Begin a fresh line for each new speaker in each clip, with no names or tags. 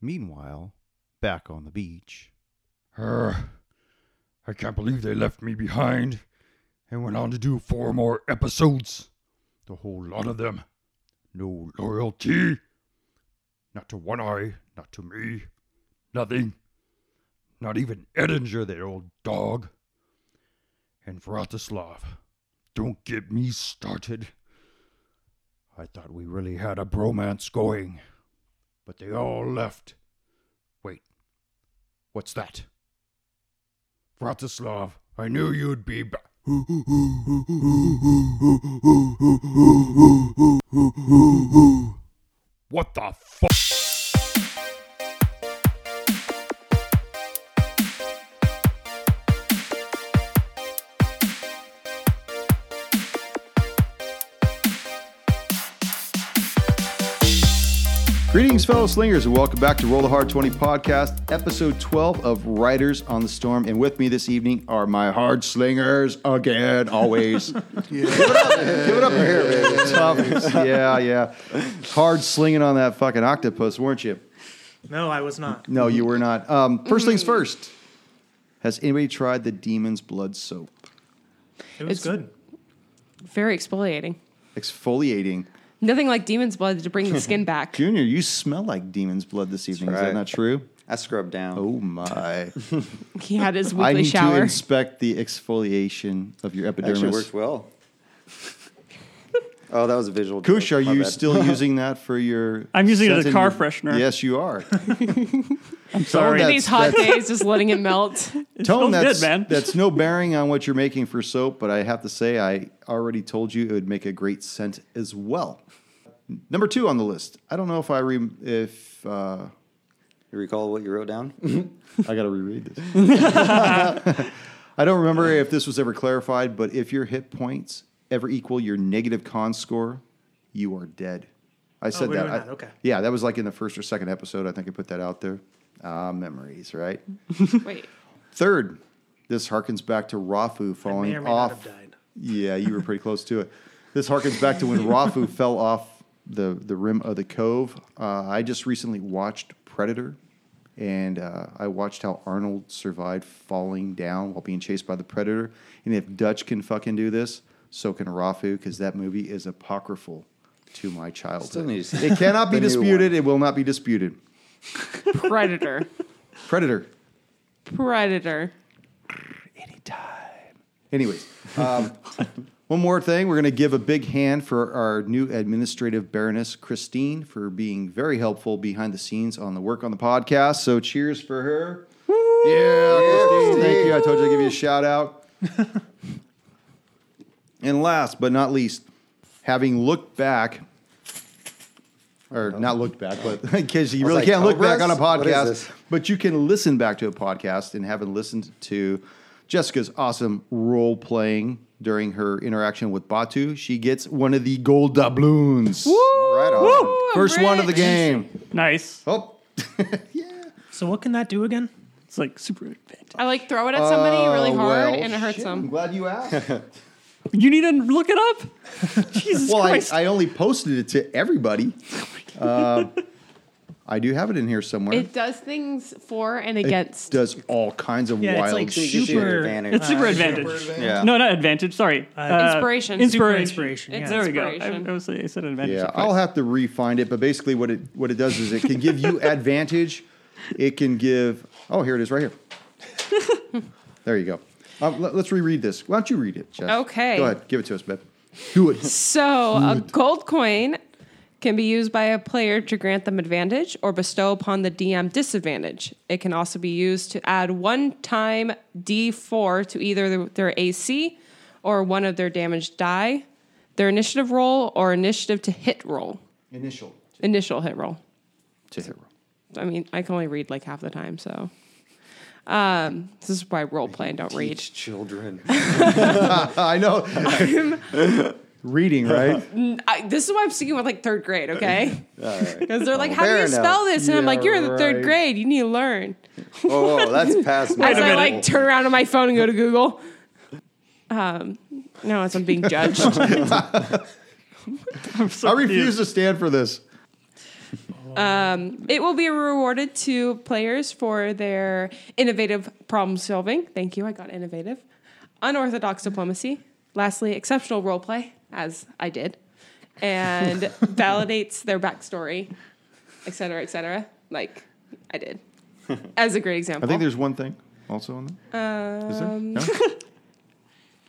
Meanwhile, back on the beach,
Urgh. I can't believe they left me behind and went on to do four more episodes. The whole lot of them. No loyalty. Not to One Eye, not to me. Nothing. Not even Edinger, the old dog. And Vratislav. Don't get me started. I thought we really had a bromance going. But they all left. Wait. What's that? Vratislav, I knew you'd be back. What the fuck?
Greetings, fellow slingers, and welcome back to Roll the Hard 20 podcast, episode 12 of Riders on the Storm. And with me this evening are my hard slingers again, always. Give it up for here, baby. Tough. Yeah, yeah. Hard slinging on that fucking octopus, weren't you?
No, I was not.
No, you were not. Um, first things first. Has anybody tried the Demon's Blood soap?
It was
It's-
good.
Very exfoliating.
Exfoliating.
Nothing like demon's blood to bring the skin back.
Junior, you smell like Demon's Blood this evening. Is that
right.
not true?
I scrubbed down.
Oh my.
He had his
I
weekly
need to
shower.
inspect the exfoliation of your
It
epidermis.
actually worked well. oh, that was a visual. joke.
Kush, are
My
you
bad.
still using that for your?
I'm using it as a
scented-
car freshener.
Yes, you are.
I'm sorry.
that-
These hot days, just letting it melt.
Tone
smells
that's
good, man.
that's no bearing on what you're making for soap, but I have to say I already told you it would make a great scent as well. Number two on the list. I don't know if I re- if uh,
You recall what you wrote down?
I got to reread this. I don't remember if this was ever clarified, but if your hit points ever equal your negative con score, you are dead. I said
Oh,
we
that.
were
I-
not, okay.
Yeah, that was like in the first or second episode. I think I put that out there. Ah, memories, right?
Wait.
Third, this harkens back to Rafu
I
falling
may or may
off.
not have died.
Yeah, you were pretty close to it. This harkens back to when Rafu fell off the, the rim of the cove. Uh, I just recently watched Predator, and uh, I watched how Arnold survived falling down while being chased by the Predator. And if Dutch can fucking do this, so can Rafu, because that movie is apocryphal to my childhood.
Still need to see
it cannot be
the new
disputed. It will not be disputed.
Predator.
Predator.
Predator.
Anyways, um, one more thing. We're going to give a big hand for our new administrative baroness, Christine, for being very helpful behind the scenes on the work on the podcast. So cheers for her. Yeah, Christine. Thank you. I told you I'd give you a shout out. and last but not least, having looked back, or not looked back, but because you really
was like,
can't look back on
Cobras?
a
What is
podcast.
this?
But you can listen back to a podcast and having listened to Jessica's awesome role playing during her interaction with Batu, she gets one of the gold doubloons.
right on.
Woo!
First
I'm
one of the
rich.
game.
nice.
Oh,
So what can that do again?
It's like super advantage.
I like throw it at somebody really
Oh,
hard
well,
and it hurts
shit, I'm
them.
glad you asked.
You need to look it up. Jesus
well, I,
Christ. Oh
I only posted it to everybody. Uh, I do have it in here somewhere.
It does things for and
It
against.
does all kinds of
Yeah, it's
wild
like
shit.
gives you an
super.
advantage.
it's super
uh,
advantage.
Yeah.
No, not advantage. Sorry.
Uh,
Inspiration.
Super inspiration,
Inspiration.
yeah. Oh,
There we go.
Inspiration.
I, I, was, I said advantage.
Yeah,
twice.
I'll have to re-find it, but basically what it what it does is it can give you advantage. It can give oh here it is right here. there you go. Um, let, us reread this. Why don't you read it, Jess?
Okay.
Go ahead, give it to us, babe. Do it.
So a gold coin can be used by a player to grant them advantage or bestow upon the DM disadvantage. It can also be used to add one time D4 to either their- their AC or one of their damage die, their initiative roll, or initiative to hit roll.
Initial.
Initial hit roll.
To hit roll.
I mean, I can only read like half the time, so. Um, this is why role play and don't read.
Teach children.
I know. Reading, right?
I, this is why I'm sticking with like third grade, okay? Because they're like, how do
Oh, fair
you
enough.
spell this? And I'm like, you're in the third
right.
grade. You need to learn.
oh, whoa, that's past my
As I
level.
like turn around on my phone and go to Google. Um, no, as I'm being judged.
I refuse to stand for this.
Um, it will be rewarded to players for their innovative problem solving. Thank you, I got innovative. Unorthodox diplomacy. Lastly, exceptional role play, as I did, and validates their backstory, et cetera, et cetera, like I did, as a great
I
example.
Oh.
think there's one thing also on that. Is there?
Um,
No?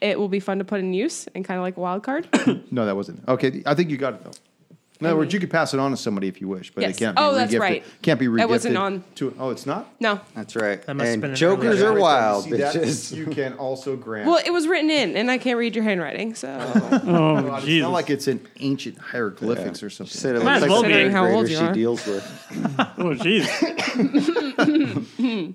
it will be fun to put in use and kind of like a wild card.
No, that wasn't. Okay, I think you got it though. In other words, you could pass it on to somebody if you wish, but
Yes.
it can't.
Oh,
be
that's
regifted.
right.
Can't be regifted.
That wasn't on.
To, oh, it's not.
No,
That's right.
That must have
and
been an
jokers
earlier
are
episode.
wild,
See, that
bitches.
you can also grant.
well, it was written in, and I can't read your handwriting, so.
God,
Oh,
it's
Jesus.
not like it's in ancient hieroglyphics or something.
Said it
Might
looks
as
like
well
the
be.
third
Considering how old
grader
you
she
are.
deals with.
oh, jeez.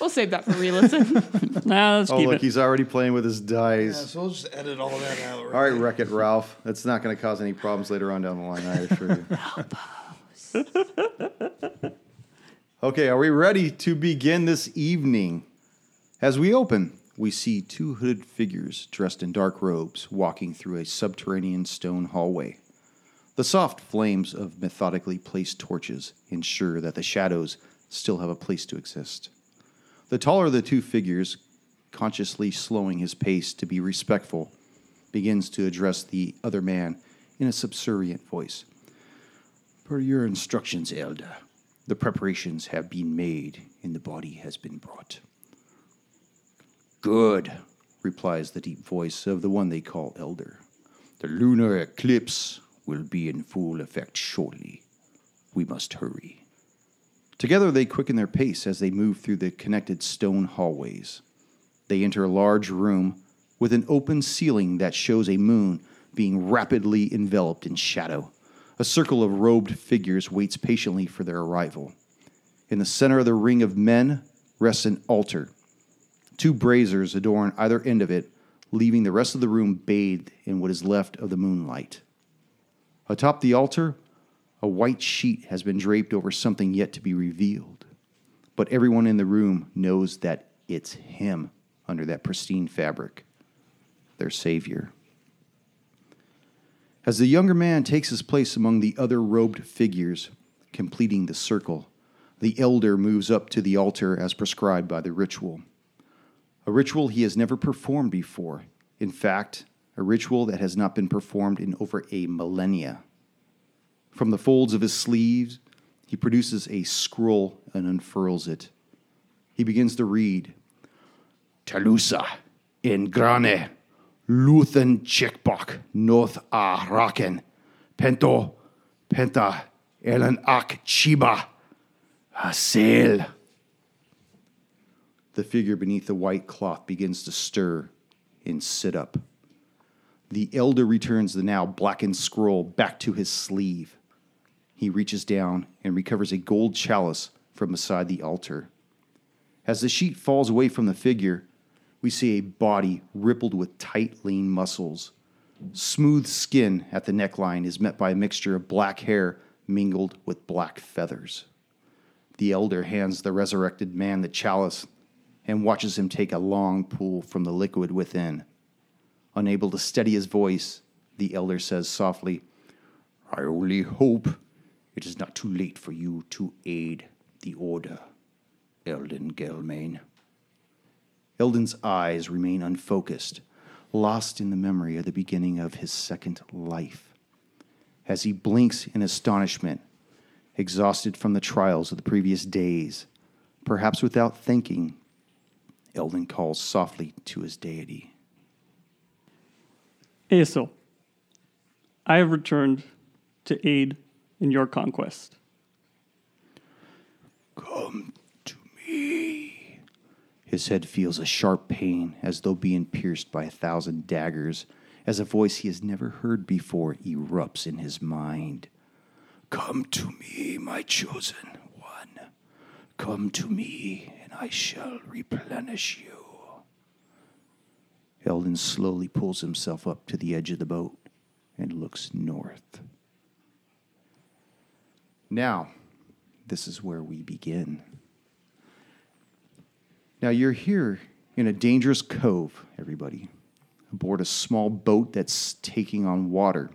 We'll save that for re-listen.
Nah, let's
oh,
keep
look,
it.
he's already playing with his dice.
so we'll just edit all that out.
All right, Wreck It Ralph. That's not going to cause any problems later on down the line, I assure you. okay, are we ready to begin this evening? As we open, we see two hooded figures dressed in dark robes walking through a subterranean stone hallway. The soft flames of methodically placed torches ensure that the shadows still have a place to exist. The taller of the two figures, consciously slowing his pace to be respectful, begins to address the other man in a subservient voice. Per your instructions, Elder, the preparations have been made and the body has been brought. Good, replies the deep voice of the one they call Elder. The lunar eclipse will be in full effect shortly. We must hurry. Together they quicken their pace as they move through the connected stone hallways. They enter a large room with an open ceiling that shows a moon being rapidly enveloped in shadow. A circle of robed figures waits patiently for their arrival. In the center of the ring of men rests an altar. Two braziers adorn either end of it, leaving the rest of the room bathed in what is left of the moonlight. Atop the altar, a white sheet has been draped over something yet to be revealed. But everyone in the room knows that it's him under that pristine fabric, their savior. As the younger man takes his place among the other robed figures, completing the circle, the elder moves up to the altar as prescribed by the ritual a ritual he has never performed before. In fact, a ritual that has not been performed in over a millennia. From the folds of his sleeves, he produces a scroll and unfurls it. He begins to read Talusa, Ingrane, Luthen Chikbok, North Arakan, Pento, Penta, Elan Ak Chiba, Hasil. The figure beneath the white cloth begins to stir and sit up. The elder returns the now blackened scroll back to his sleeve. He reaches down and recovers a gold chalice from beside the altar. As the sheet falls away from the figure, we see a body rippled with tight, lean muscles. Smooth skin at the neckline is met by a mixture of black hair mingled with black feathers. The elder hands the resurrected man the chalice and watches him take a long pull from the liquid within. Unable to steady his voice, the elder says softly, I only hope it is not too late for you to aid the order, Eldon Gelmain. Eldon's eyes remain unfocused, lost in the memory of the beginning of his second life. As he blinks in astonishment, exhausted from the trials of the previous days, perhaps without thinking, Eldon calls softly to his deity.
Aesil, I have returned to aid in your conquest.
His head feels a sharp pain as though being pierced by a thousand daggers, as a voice he has never heard before erupts in his mind. Come to me, my chosen one. Come to me, and I shall replenish you. Eldon slowly pulls himself up to the edge of the boat and looks north. Now, this is where we begin. Now you're here in a dangerous cove, everybody, aboard a small boat that's taking on water.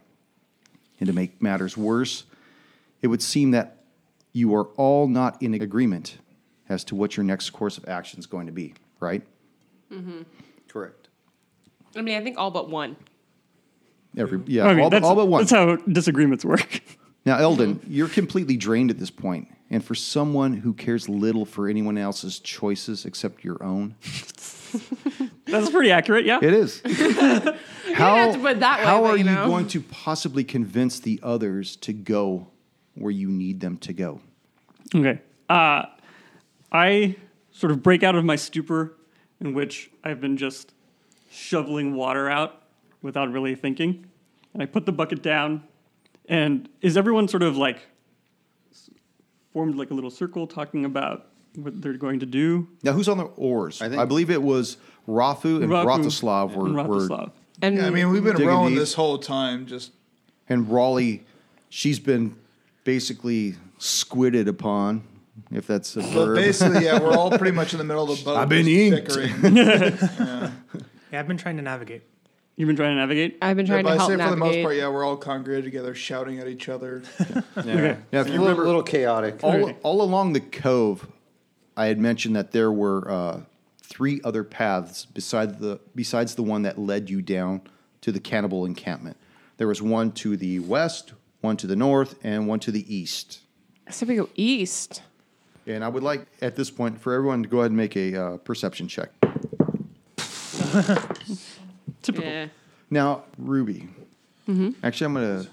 And to make matters worse, it would seem that you are all not in agreement as to what your next course of action is going to be, right?
Mm-hmm.
Correct.
I mean, I think all but one.
Every yeah,
I mean,
all, but-
that's,
all but one.
that's how disagreements work.
Now, Eldon,
Mm-hmm.
you're completely drained at this point, and for someone who cares little for anyone else's choices except your own,
That's pretty accurate, yeah.
it is. how
have to put it that way,
how
but
are
you
you
know.
going to possibly convince the others to go where you need them to go?
Okay. Uh, I sort of break out of my stupor in which I've been just shoveling water out without really thinking. And I put the bucket down. And is everyone sort of like s- formed like a little circle talking about what they're going to do?
Now, who's on the oars? I,
think-
believe it was Rafu and
Raku
Vratislav were,
and
were
Vratislav.
And
Yeah, I mean, we've been
Digging
rowing
deep.
this whole time. Just
and Raleigh. She's been basically squidded upon, if that's a
but
verb.
basically, yeah, we're all pretty much in the middle of the boat.
I've been inked.
just bickering.
Yeah, I've been trying to navigate.
You've been trying to navigate?
I've been
But
trying
I
to help
say for the most
navigate.
part, yeah, we're all congregated together, shouting at each other.
Yeah.
Now, if
It's
you
a little, little chaotic.
all, all along the cove, I had mentioned that there were uh, three other paths beside the besides the one that led you down to the cannibal encampment. There was one to the west, one to the north, and one to the east.
So we go east.
And I would like at this point for everyone to go ahead and make a uh, perception check.
Typical.
Yeah.
Now, Ruby. Actually, I'm gonna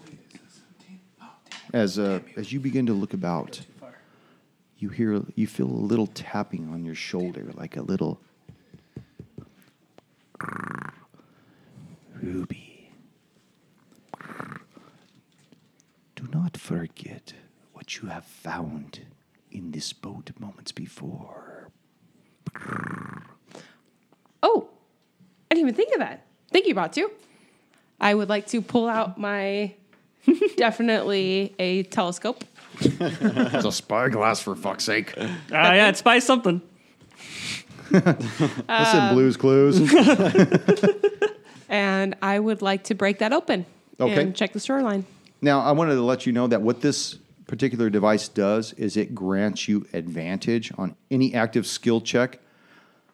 as uh, as you begin to look about, you hear you feel a little tapping on your shoulder, like a little Ruby. Do not forget what you have found in this boat moments before.
Oh, I didn't even think of that. Thank you, Batu. I would like to pull out my definitely a telescope.
It's a spyglass for fuck's sake. That's
Ah, yeah, it's by something.
in Blue's Clues.
and I would like to break that open
Okay.
and check the shoreline.
Now, I wanted to let you know that what this particular device does is it grants you advantage on any active skill check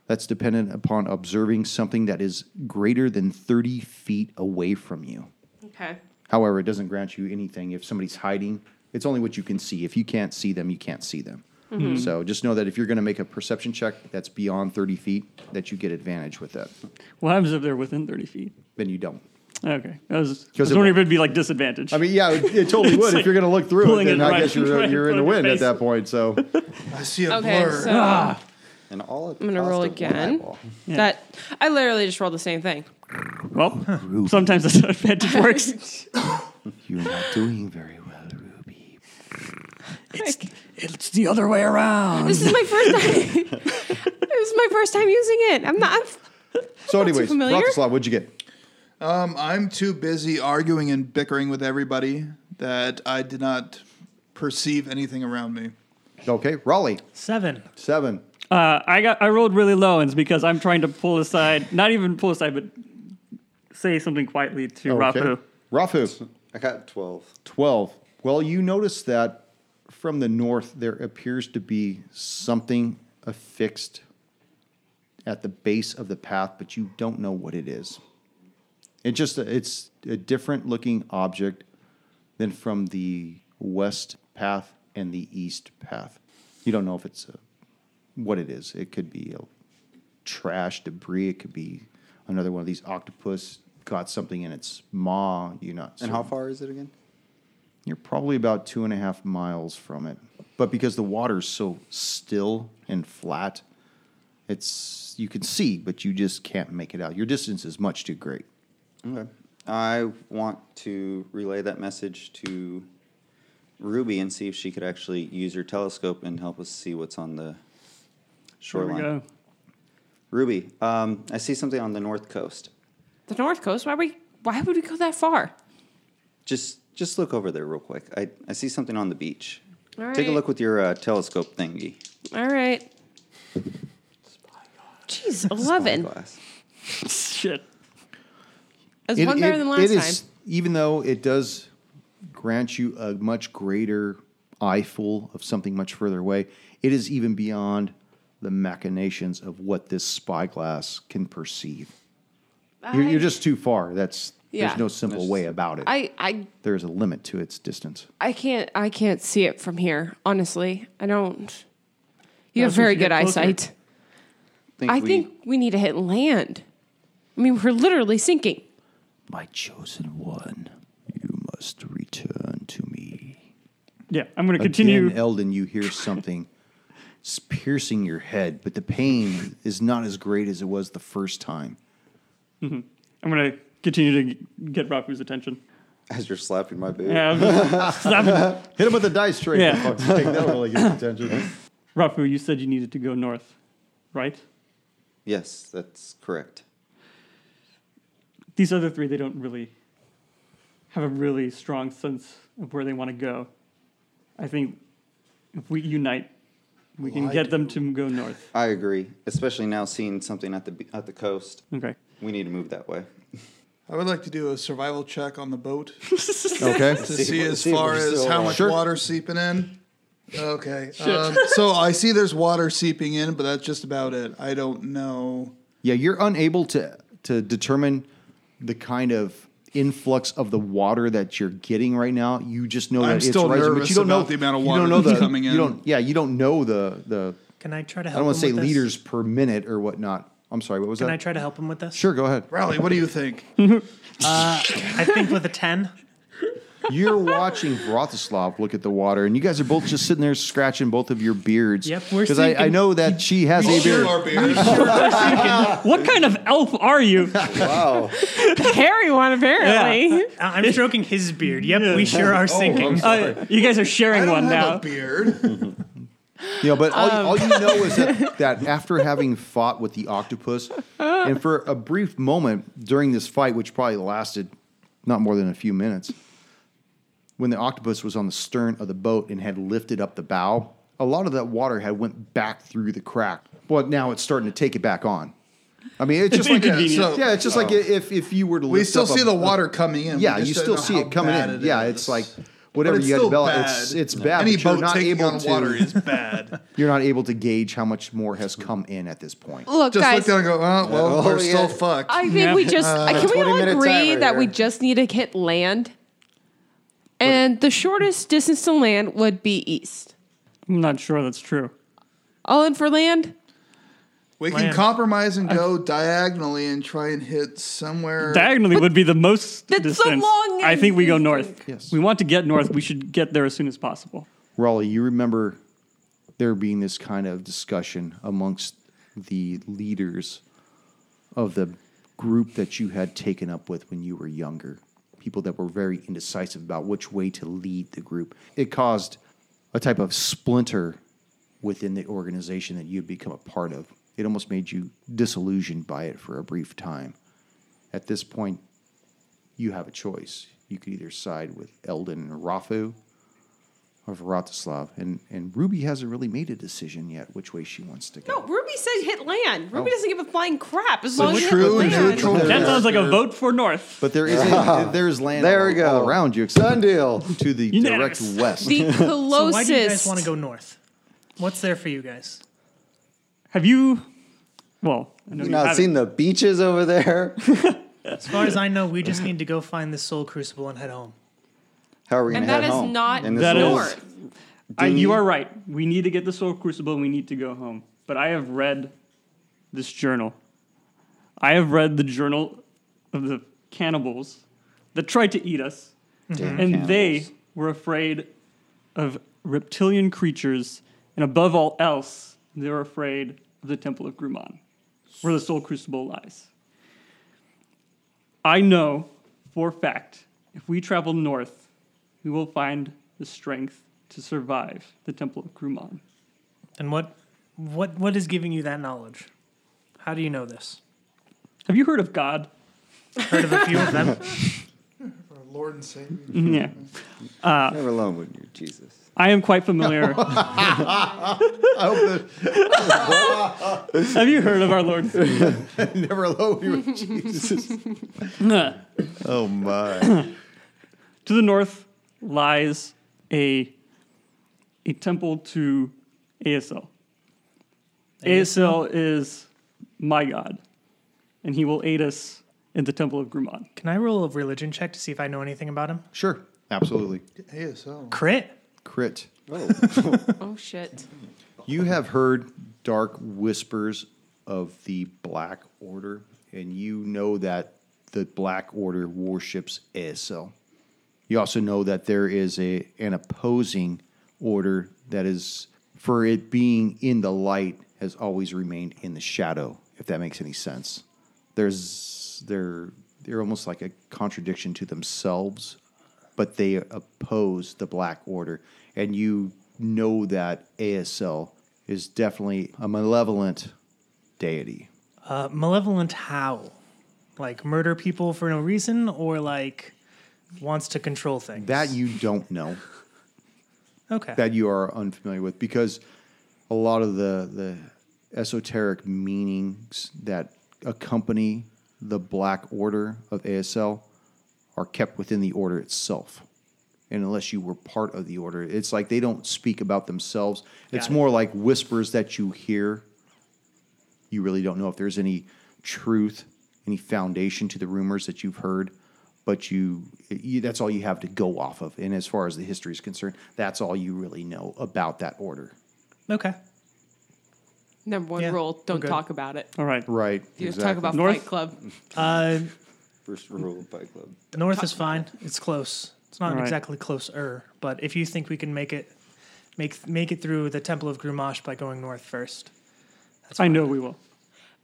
that's dependent upon observing something that is greater than 30 feet away from you.
Okay.
However, it doesn't grant you anything if somebody's hiding. It's only what you can see. If you can't see them, you can't see them.
Mm-hmm.
So just know that if you're going to make a perception check that's beyond 30 feet, that you get advantage with that.
What happens if they're within 30 feet?
Then you don't.
Okay. I was, I
'Cause
was
it-
wondering if it'd be like disadvantage.
I mean, yeah, it, it totally would. if
like
you're going to look through it,
pulling
then
it
I
right-
guess you're,
right
you're in
in
the
front
wind
of your
at that point. So
I see a
Okay,
blur.
so
And all at the
I'm gonna
cost
roll
of one
again.
eyeball.
That I literally just rolled the same thing.
well, sometimes disadvantage works.
You're not doing very well, Ruby.
It's the other way around.
This is my first time. this is my first time using it. I'm not.
So, anyways,
familiar?
Vratislav, what'd you get?
Um, I'm too busy arguing and bickering with everybody that I did not perceive anything around me.
Okay, Raleigh,
Seven.
seven.
Uh, I got I rolled really low, and it's because I'm trying to pull aside, not even pull aside, but say something quietly to
Okay.
Rafu.
Rafu,
I got 12.
12. Well, you notice that from the north, there appears to be something affixed at the base of the path, but you don't know what it is. It just it's a different looking object than from the west path and the east path. You don't know if it's a, what it is. It could be a trash debris. It could be another one of these octopus got something in its maw. You're not.
And
certain.
how far is it again?
You're probably about two and a half miles from it. But because the water's so still and flat, it's you can see, but you just can't make it out. Your distance is much too great.
Okay. I want to relay that message to Ruby and see if she could actually use her telescope and help us see what's on the
There we
shoreline.
go.
Ruby, um, I see something on the north coast.
The North Coast. Why we? Why would we go that far?
Just just look over there real quick. I, I see something on the beach.
All
Take a
right.
look with your uh, telescope thingy.
All right. Jeez, eleven.
Glass.
Shit.
That's
It-
one
it-
better than last
it
time.
is- even though it does grant you a much greater eyeful of something much further away. It is even beyond the machinations of what this spyglass can perceive. You're, you're
I-
just too far. That's
Yeah.
there's no simple way about it.
I, I
there's a limit to its distance.
I can't I can't see it from here, honestly. I don't You have
That's when
very
she
good
got closer.
eyesight.
Think
I
we-
think we need to hit land. I mean, we're literally sinking.
My chosen one, you must return to me.
Yeah, I'm going to continue.
Again, Eldon, you hear something s- piercing your head, but the pain is not as great as it was the first time.
I'm going to continue to g- get Raku's attention. Um,
as you're slapping my boot.
Yeah, I'm just- stop it.
Hit him with the dice tray.
Yeah.
for fuck's sake. That'll really get his attention.
Raku, you said you needed to go north, right?
Yes, that's correct.
These other three, they don't really have a really strong sense of where they want to go. I think if we unite, we can get them to go north.
I agree, especially now seeing something at the be- at the coast.
Okay.
We need to move that way.
I would like to do a survival check on the boat
Okay.
to
See
see
what-
as
see if
far
we're
as
still
how
alive.
much
Sure.
water's seeping in. Okay. Um, so I see there's water seeping in, but that's just about it. I don't know.
Yeah, you're unable to to determine the kind of influx of the water that you're getting right now. You just know that
I'm still
it's rising, but
nervous
you don't know
about the amount of
you
water
don't know
that's
the,
coming
you
in.
don't- yeah, you don't know the the
Can I try to
I
help?
don't want to
him
say
with this?
liters per minute or whatnot. I'm sorry, what was
Can
that?
I try to help him with this?
sure, go ahead.
Raleigh, what do you think?
I think with a ten.
You're watching Vratislav look at the water, and you guys are both just sitting there scratching both of your beards.
Yep, we're
because I, I
thinking-
know that she has a beard.
Sure, beard.
What kind of elf are you?
Wow.
Hairy one apparently.
I- I'm stroking his beard. Yep, we
Oh,
sure are sinking.
Uh, you guys are
I
sharing
don't
one
have
now.
a beard.
You know, but all, all you know is that, that after having fought with the octopus, and for a brief moment during this fight, which probably lasted not more than a few minutes, when the octopus was on the stern of the boat and had lifted up the bow, a lot of that water had went back through the crack. But now it's starting to take it back on. I mean, it's just like
Yeah, so-
yeah, it's just like if if you were to
Oh. We
lift
still
up
see
a-
the water coming in. We
yeah,
just
you
don't
still
know
see
how
it coming
bad
in.
it
yeah,
is.
it's like
But
whatever
it's
you had
still
to bell,
bad.
it's it's bad.
Any
but you're
boat
not
taking
able
on
to,
water is bad.
you're not able to gauge how much more has come in at this point.
Look,
Just look
guys.
down and go, oh, well,
Oh,
we're
yeah.
still fucked.
I think we just I can we
20
all
minute
agree
timer
that we
here.
just need to hit land. And the shortest distance to land would be east.
I'm not sure that's true.
All in for land?
we can
land.
compromise and go diagonally and try and hit somewhere.
Diagonally would be the most
That's the
distance.
longest
I think we go north.
Yes.
We want to get north. We should get there as soon as possible.
Raleigh, you remember there being this kind of discussion amongst the leaders of the group that you had taken up with when you were younger. People that were very indecisive about which way to lead the group. It caused a type of splinter within the organization that you'd become a part of. It almost made you disillusioned by it for a brief time. At this point, you have a choice. You could either side with Eldon and Rafu of Vratislav, and and Ruby hasn't really made a decision yet which way she wants to go.
Ruby said hit land. Ruby doesn't give a flying crap as
long as you hit true land. neutral-
That
Yeah.
sounds like a vote for north.
But there is a, there is land
There
all,
we go.
all around you, except
Done deal.
to the direct
Unanimous.
west.
The closest.
So why do you guys want to go north? What's there for you guys?
Have you? Well, I know
You
you
not
haven't.
seen the beaches over there?
As far as I know, we just need to go find the Soul Crucible and head home.
How are we going
And
to head
that is
home?
not
In this
That
little-
is- I, you are right. We need to get the Soul Crucible and we need to go home. But I have read this journal. I have read the journal of the cannibals that tried to eat us.
Damn
Mm-hmm. and they
cannibals.
were afraid of reptilian creatures. And above all else, they were afraid of the Temple of Grumman, where the Soul Crucible lies. I know for a fact if we travel north, we will find the strength to survive the Temple of Grumman.
And what, what, what is giving you that knowledge? How do you know this?
Have you heard of God?
Heard of a few of them?
Lord and Savior.
yeah.
Never alone with you, Jesus.
I am quite familiar. Have you heard of our Lord?
Never alone you with Jesus.
to
Oh my!
the north lies a a temple to ASL. ASL is my god, and he will aid us in the temple of Grumman.
Can I roll a religion check to see if I know anything about him?
Sure. Absolutely.
ASL.
Crit.
Crit.
Oh shit.
You have heard dark whispers of the Black Order, and you know that the Black Order worships ASL. You also know that there is a an opposing order that is for it being in the light has always remained in the shadow, if that makes any sense. There's they're they're almost like a contradiction to themselves, but they oppose the black order. And you know that ASL is definitely a malevolent deity.
Uh, malevolent how? Like murder people for no reason, or like wants to control things?
That you don't know.
okay.
that you are unfamiliar with because a lot of the the esoteric meanings that accompany the black order of ASL are kept within the order itself. And unless you were part of the order, it's like they don't speak about themselves. It's
Got it.
more like whispers that you hear. You really don't know if there's any truth, any foundation to the rumors that you've heard, but you, you that's all you have to go off of. And as far as the history is concerned, that's all you really know about that order.
okay.
Number one
Yeah,
rule: don't
we're good.
talk about it.
All right.
Right.
You just talk about
North-
Fight Club.
Uh,
First rule of Fight Club.
north is fine. It's close. It's not
All right.
exactly close-er, but if you think we can make it, make make it through the Temple of Grumash by going north first.
I know we will.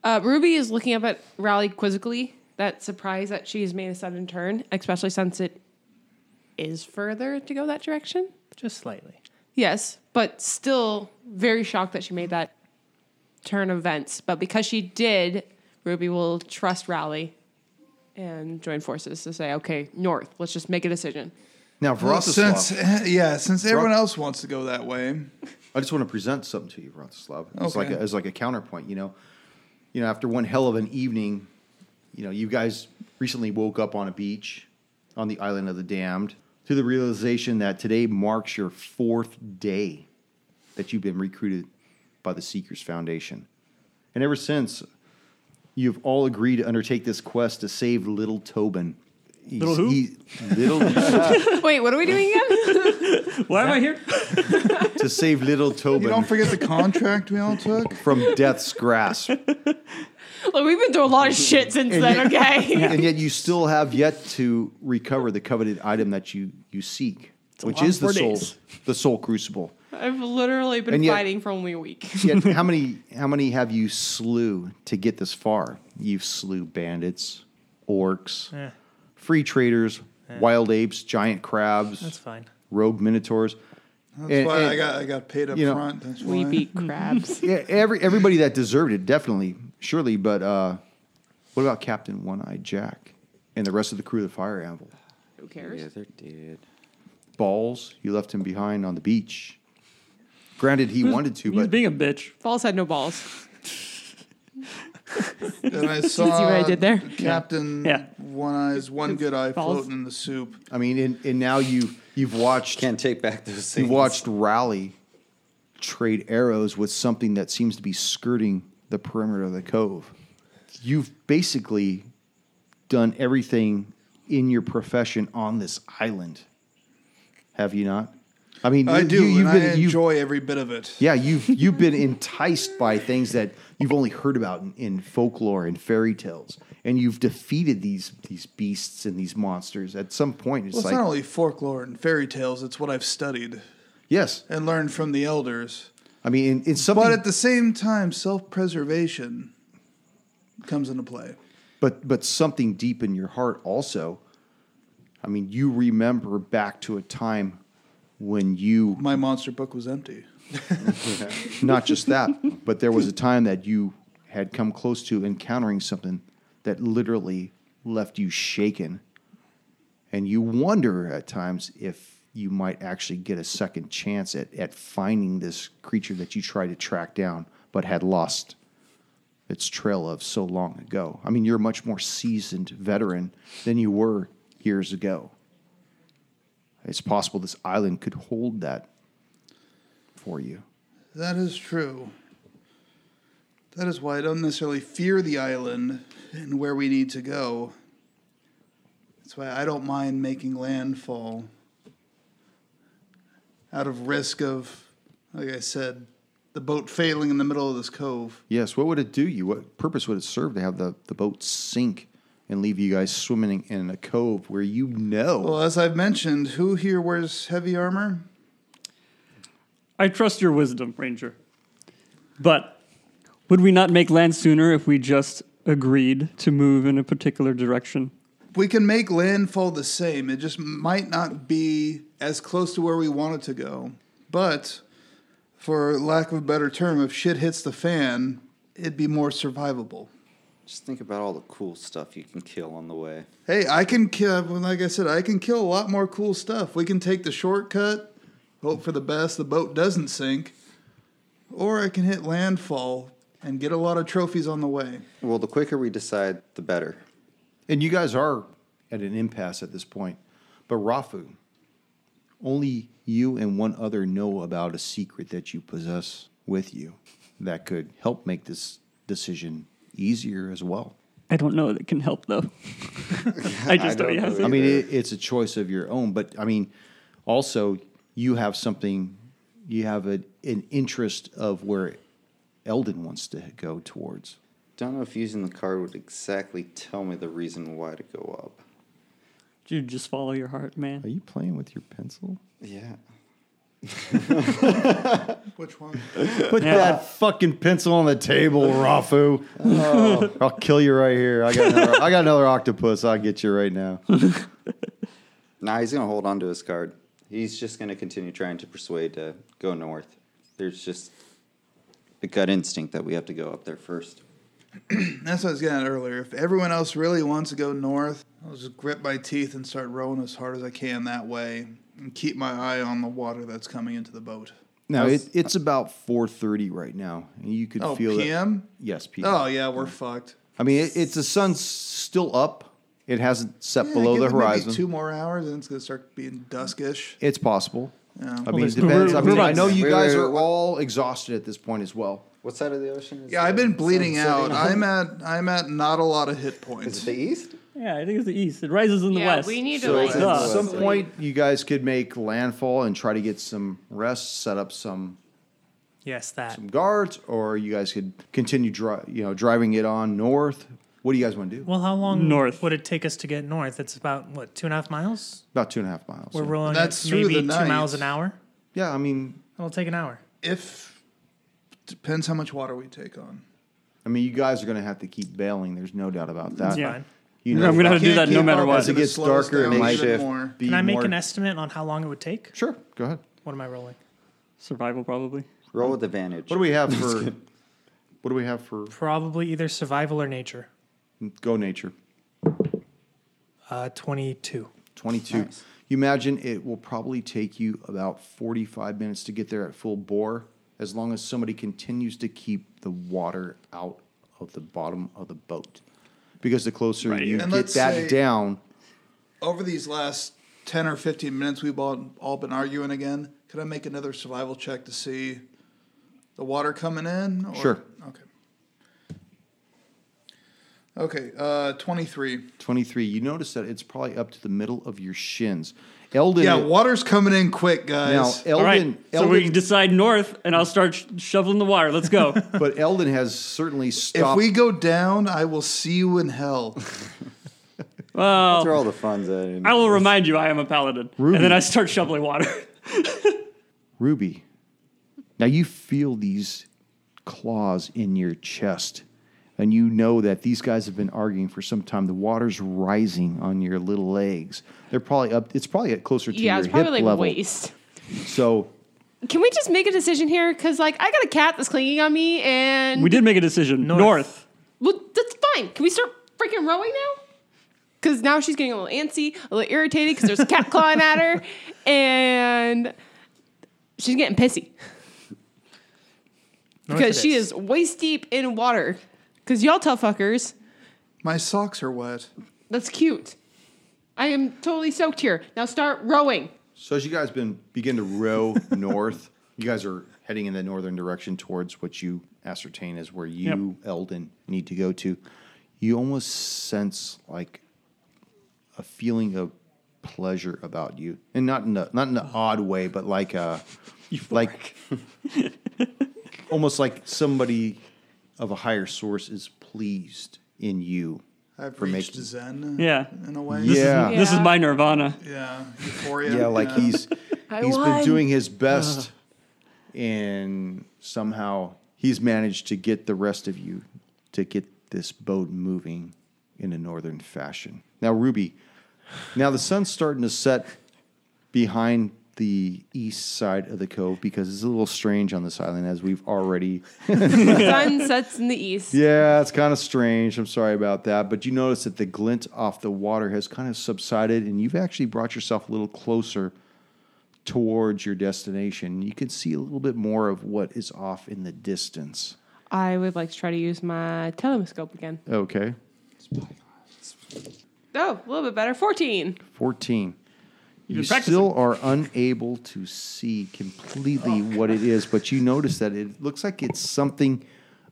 Uh, Ruby is looking up at Raleigh quizzically. That surprise that she's made a sudden turn, especially since it is further to go that direction.
Just slightly.
Yes, but still very shocked that she made that turn of events. But because she did, Ruby will trust Raleigh and join forces to say, okay, North, let's just make a decision.
Now,
Well,
Vratislav,
since eh, yeah, since everyone else wants to go that way,
I just want to present something to you, Vratislav. It's like
Okay.
a, as like a counterpoint, you know. You know, after one hell of an evening, you know, you guys recently woke up on a beach on the island of the damned to the realization that today marks your fourth day that you've been recruited by the Seekers Foundation. And ever since, you've all agreed to undertake this quest to save little Tobin. He's-
Little who?
he- little
Wait, what are we doing again?
Why am I here?
to save little
you
Tobin
don't forget the contract we all took.
from death's grasp.
Look, we've been through a lot of shit since then, okay?
and yet you still have yet to recover the coveted item that you you seek, which
lot
is the
for
soul,
days.
the soul crucible.
I've literally been
And yet-
fighting for only a week.
Yet how many how many have you slew to get this far? You've slew bandits, orcs,
Yeah,
free traders, wild apes, giant crabs,
that's fine.
rogue minotaurs.
That's why I got I got paid up
you know,
front. That's why.
We beat crabs.
yeah, every everybody that deserved it, definitely, surely. But uh, what about Captain One Eyed Jack and the rest of the crew of the Fire Anvil?
Who cares?
Yeah, they're dead.
balls. You left him behind on the beach. Granted, he wanted to,
He's
but
being a bitch.
Falls had no balls.
And I saw
what I did there?
Captain
Yeah.
One Eye's One Good Eye
Falls.
floating in the soup.
I mean, and, and now you you've watched
Can't take back those things.
you watched Rally trade arrows with something that seems to be skirting the perimeter of the cove. You've basically done everything in your profession on this island, have you not? I mean,
I
you-
do,
you've
and I
been- you've-
enjoy every bit of it.
Yeah, you've you've been enticed by things that you've only heard about in, in folklore and fairy tales, and you've defeated these these beasts and these monsters. At some point, it's
Well, it's
like
not only folklore and fairy tales; it's what I've studied
yes,
and learned from the elders.
I mean, in, in something,
But at the same time, self-preservation comes into play.
but but something deep in your heart also. I mean, you remember back to a time when you
My monster book was empty.
not just that, but there was a time that you had come close to encountering something that literally left you shaken. And you wonder at times if you might actually get a second chance at, at finding this creature that you tried to track down but had lost its trail of so long ago. I mean, you're a much more seasoned veteran than you were years ago. It's possible this island could hold that for you.
That is true. That is why I don't necessarily fear the island and where we need to go. That's why I don't mind making landfall out of risk of, like I said, the boat failing in the middle of this cove.
Yes, what would it do you? What purpose would it serve to have the, the boat sink and leave you guys swimming in a cove where you know?
Well, as I've mentioned, who here wears heavy armor?
I trust your wisdom, Ranger. But would we not make land sooner if we just agreed to move in a particular direction?
We can make landfall the same. It just might not be as close to where we want it to go. But for lack of a better term, if shit hits the fan, it'd be more survivable.
Just think about all the cool stuff you can kill on the way.
Hey, I can kill, like I said, I can kill a lot more cool stuff. We can take the shortcut, hope for the best, the boat doesn't sink, or I can hit landfall and get a lot of trophies on the way.
Well, the quicker we decide, the better.
And you guys are at an impasse at this point. But Rafu, only you and one other know about a secret that you possess with you that could help make this decision easier as well.
I don't know that can help though. I just know
don't
he has
know
I
it.
mean,
either.
it, it's a choice of your own, but I mean, also you have something, you have a, an interest of where Eldon wants to go towards.
Don't know if using the card would exactly tell me the reason why to go up.
Dude, just follow your heart,
Are
man.
you playing with your pencil?
Yeah.
Which one?
Put that fucking pencil on the table, Rafu. I'll kill you right here. I got another, I got another octopus. I'll get you right now.
Nah, he's gonna hold on to his card. He's just gonna continue trying to persuade to go north. There's just a gut instinct that we have to go up there first.
That's what I was getting at earlier. If everyone else really wants to go north, I'll just grip my teeth and start rowing as hard as I can that way and keep my eye on the water that's coming into the boat.
Now it, it's about four thirty right now, and you could
Oh,
feel that-
PM?
Yes, PM.
Oh, yeah, we're fucked.
I mean, it, it's the sun's still up. It hasn't set
Yeah,
below
give
the
it maybe
horizon.
two more hours and it's going to start being duskish.
It's possible. I mean, it
there's-
depends. I
we're-
mean,
we're
I know
not-
you
wait,
guys
wait,
are
wait.
all exhausted at this point as well.
What side of the ocean is
Yeah, I've been
the
bleeding
sun
out.
sitting on?
I'm at I'm at not a lot of hit
Is it
points.
the east?
Yeah, I think it's the east. It rises in the
yeah,
west. Uh,
we need to
So
like
it's
Duh.
At
Well,
some
that's-
point, you guys could make landfall and try to get some rest, set up some
Yes, that.
guards, or you guys could continue dri- you know, driving it on north. What do you guys want to do?
Well, how long
North.
would it take us to get north? It's about what two and a half miles.
About two and a half miles.
We're
yeah.
rolling at
That's through
maybe
the
two
night.
miles an hour.
yeah, I mean,
It'll take an hour.
If depends how much water we take on.
I mean, you guys are going to have to keep bailing. There's no doubt about that.
Yeah.
Fine.
You
I'm gonna have to do
Can't
that no
keep
matter
up
what.
as
As it gets
slows
darker,
down
it
even
might shift.
more.
Be
Can I make
more-
an estimate on how long it would take?
Sure, go ahead.
What am I rolling?
Survival probably.
Roll with advantage.
What do we have for? what do we have for?
Probably either survival or nature.
Go nature.
Uh, Twenty-two.
22. You imagine it will probably take you about 45 minutes to get there at full bore, as long as somebody continues to keep the water out of the bottom of the boat. Because the closer you
And
get
let's
that
say-
down,
Over these last ten or fifteen minutes, we've all, all been arguing again. Could I make another survival check to see the water coming in? Or?
Sure.
Okay. Okay. Uh, Twenty-three.
23, you notice that it's probably up to the middle of your shins. Eldon,
Yeah, water's coming in quick,
now
guys.
Eldon,
All right, so we
Eldon-
decide north, and I'll start sh- shoveling the water. Let's go.
but Eldon has certainly
if
stopped.
we go down, I will see you in hell.
That's where all the fun's at. and-
Oh. I will remind you, I am a paladin,
Ruby.
and then I start shoveling water.
Ruby, now you feel these claws in your chest, and you know that these guys have been arguing for some time. The water's rising on your little legs. They're probably up. It's probably at closer to
yeah,
your
it's probably like
hip level.
waste.
So
Can we just make a decision here? Because like I got a cat that's clinging on me, and
we did make a decision. North.
Well, that's fine. Can we start freaking rowing now? Because now she's getting a little antsy, a little irritated because there's a cat clawing at her, and she's getting pissy
North
because
it
she is waist deep in water. Because y'all tell fuckers,
My socks are wet.
that's cute. I am totally soaked here. Now start rowing.
So as you guys been begin to row north, you guys are heading in the northern direction towards what you ascertain is where you, Eldon, need to go to, you almost sense like a feeling of pleasure about you, and not in a, not in an odd way, but like a like almost like somebody of a higher source is pleased in you.
I've
For
reached
making-
Zen
Yeah.
in a way.
Yeah.
This is
Yeah.
my Nirvana.
Yeah. Euphoria.
Yeah, like he's
I
he's
won.
been doing his best, and somehow he's managed to get the rest of you to get this boat moving in a northern fashion. Now, Ruby, now the sun's starting to set behind the east side of the cove because it's a little strange on this island as we've already
Sun sets in the east.
yeah, it's kind of strange. I'm sorry about that. But you notice that the glint off the water has kind of subsided, and you've actually brought yourself a little closer towards your destination. You can see a little bit more of what is off in the distance.
I would like to try to use my telescope again.
Okay.
Oh, a little bit better. 14.
14. You
been practicing.
still are unable to see completely
Oh.
what it is, but you notice that it looks like it's something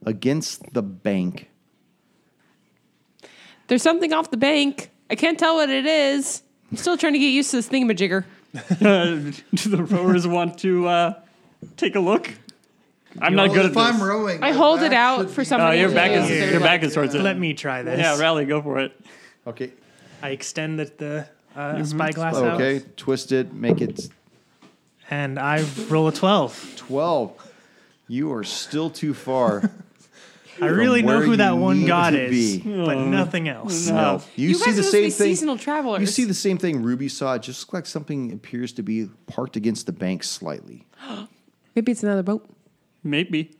against the bank.
There's something off the bank. I can't tell what it is. I'm still trying to get used to this thingamajigger.
Uh, do the rowers want to uh, take a look? I'm not good
Well,
at
if
this.
I'm rowing,
I
my
hold it
back
out
should
for
be-
Uh,
somebody.
your back is
else.
Yeah.
your back is towards it.
Let me try this.
Yeah, Rally, go for it.
Okay.
I extend the, the uh, spyglass out.
Mm-hmm. Oh, Okay. Twist it, make it
And I roll a 12.
12. You are still too far.
I really know
where
who that
you
one
need
god
to
is,
be. Oh.
but nothing else.
Uh,
No. You,
You
see
guys
the
must
same
be
thing.
seasonal travelers.
You see the same thing Ruby saw, just like something appears to be parked against the bank slightly.
Maybe it's another boat.
Maybe.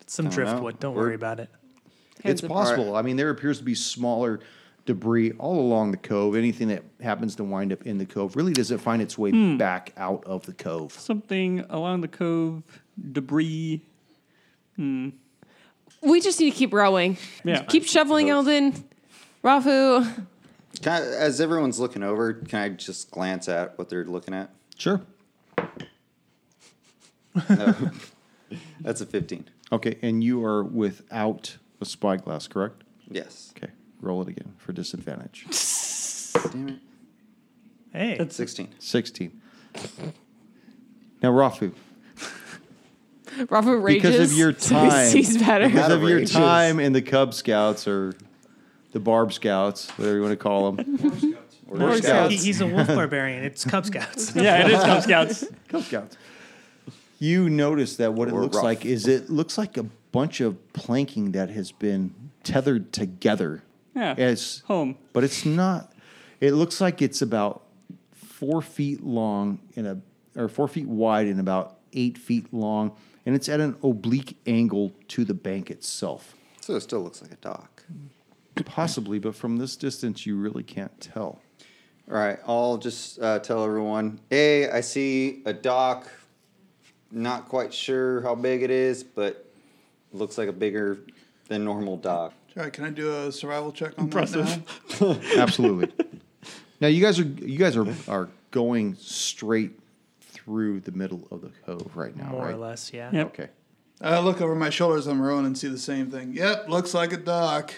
It's some driftwood. Don't worry about it.
It's
Hands up.
possible. I mean, there appears to be smaller debris all along the cove. Anything that happens to wind up in the cove really doesn't find its way
Hmm.
back out of the cove.
Something along the cove, debris.
We just need to keep rowing.
Yeah.
Keep shoveling, Eldon. Rafu.
Can I, as everyone's looking over, can I just glance at what they're looking at?
Sure.
That's a 15.
Okay, and you are without a spyglass, correct?
Yes.
Okay, roll it again for disadvantage.
Damn it.
Hey,
That's
16.
16. Now, Rafu.
Rafu rages.
Because of your
so he
time.
sees better.
because
Out
of
of
your
ranges.
time in the Cub Scouts or the Barb Scouts, whatever you want to call them.
Well, he's-
Scouts.
he- he's a wolf barbarian. It's Cub Scouts.
yeah, it is Cub Scouts.
Cub Scouts. You notice that what it
Or
looks
rough.
like is it looks like a bunch of planking that has been tethered together.
Yeah.
As
Home.
but it's not. It looks like it's about four feet long and a or four feet wide and about eight feet long, and it's at an oblique angle to the bank itself.
So it still looks like a dock.
Possibly, but from this distance, you really can't tell.
All right, I'll just uh, tell everyone. Hey, I see a dock. Not quite sure how big it is, but looks like a bigger than normal dock.
All right, can I do a survival check on that
Impressive.
now?
Absolutely. now you guys are you guys are are going straight through the middle of the cove right now,
More
right?
or less, yeah.
Yep.
Okay.
I look over my shoulder as I'm rowing and see the same thing. Yep, looks like a dock.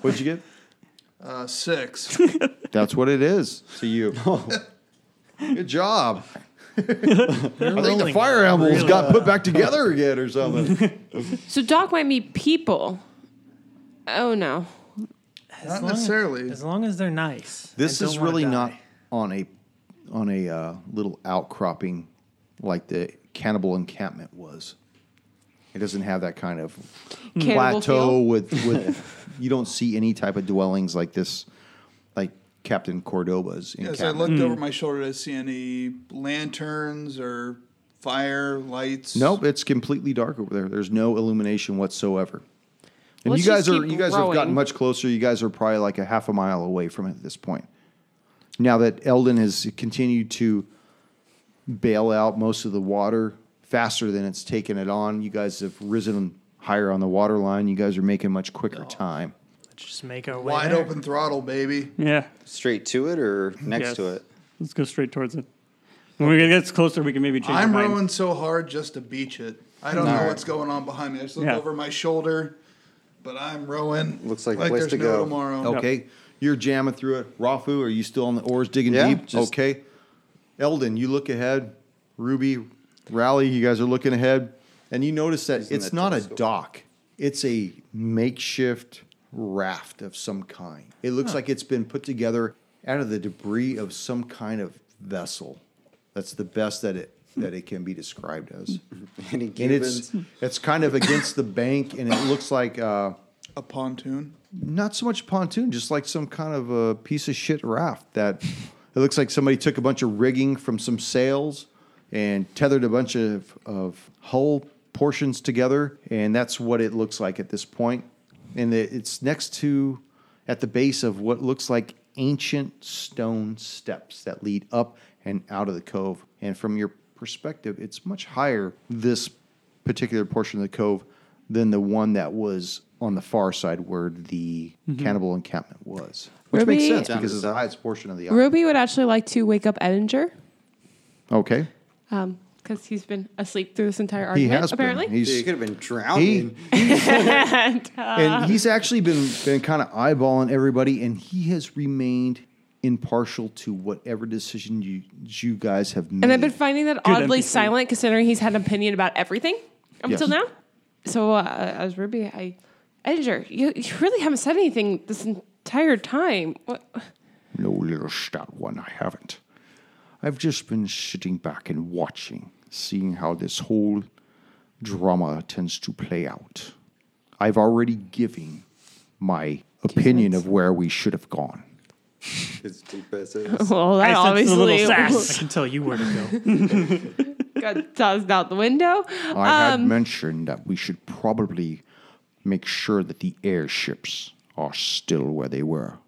What'd you get?
Uh, six.
That's what it is to you. Good job.
They're
I think the
rolling
fire emblems
really
got put back together again or something.
So Doc might meet people. Oh no.
Not
long-
necessarily.
As long as they're nice.
this
I don't
is
wanna
really
die.
not on a on a uh, little outcropping like the cannibal encampment was. It doesn't have that kind of
Cannibal
plateau
feel?
with with you don't see any type of dwellings like this, like Captain Cordoba's
As I
encampment.
looked over my shoulder to see any lanterns or fire lights.
Nope, it's completely dark over there. There's no illumination whatsoever. And
Let's
you guys
just
are
keep
you guys have gotten
rowing.
much closer. You guys are probably like a half a mile away from it at this point. Now that Eldon has continued to bail out most of the water faster than it's taken it on, you guys have risen higher on the water line. You guys are making much quicker time.
Let's just make our way.
Wide
there.
open throttle, baby.
Yeah.
Straight to it or next
Yes.
to it?
Let's go straight towards it. When we get closer, we can maybe change.
I'm
our minds.
rowing so hard just to beach it. I don't know what's going on behind me. I just look
Yeah.
over my shoulder, but I'm rowing.
Looks like a place
there's
to
no
go.
tomorrow.
Okay. You're jamming through it. Rafu, are you still on the oars digging
Yeah,
deep?
just-
okay. Eldon, you look ahead. Ruby, Rally, you guys are looking ahead. And you notice that
Using
it's
that
not a
telescope.
dock, it's a makeshift raft of some kind. It looks like it's been put together out of the debris of some kind of vessel. That's the best that it that it can be described as.
Any
And it's
Cubans?
it's kind of against the bank and it looks like uh,
A pontoon.
not so much pontoon, just like some kind of a piece of shit raft that it looks like somebody took a bunch of rigging from some sails and tethered a bunch of, of hull portions together, and that's what it looks like at this point. And it- it's next to at the base of what looks like ancient stone steps that lead up and out of the cove. And from your perspective, it's much higher this particular portion of the cove than the one that was on the far side where the
Mm-hmm.
cannibal encampment was. Which makes
Ruby-
sense because it's the highest portion of the island.
Ruby would actually like to wake up Edinger
Okay.
because he's been asleep through this entire
He
argument.
has
apparently,
been. He's,
Dude, you could have been
he,
drowning.
and uh,
and he's actually been been kind of eyeballing everybody, and he has remained impartial to whatever decision you you guys have made.
and I've been finding that oddly
NPC.
silent considering he's had an opinion about everything up
Yes.
until now. So uh, as Ruby, I Edinger, you, you really haven't said anything this entire time. What?
No, little stout one, I haven't. I've just been sitting back and watching, seeing how this whole drama tends to play out. I've already given my opinion of where we should have gone.
It's deep as it is.
Well, that
I sense a little
obviously
sass.
I can tell you where to go.
got tossed out the window.
I
Um,
had mentioned that we should probably make sure that the airships are still where they were,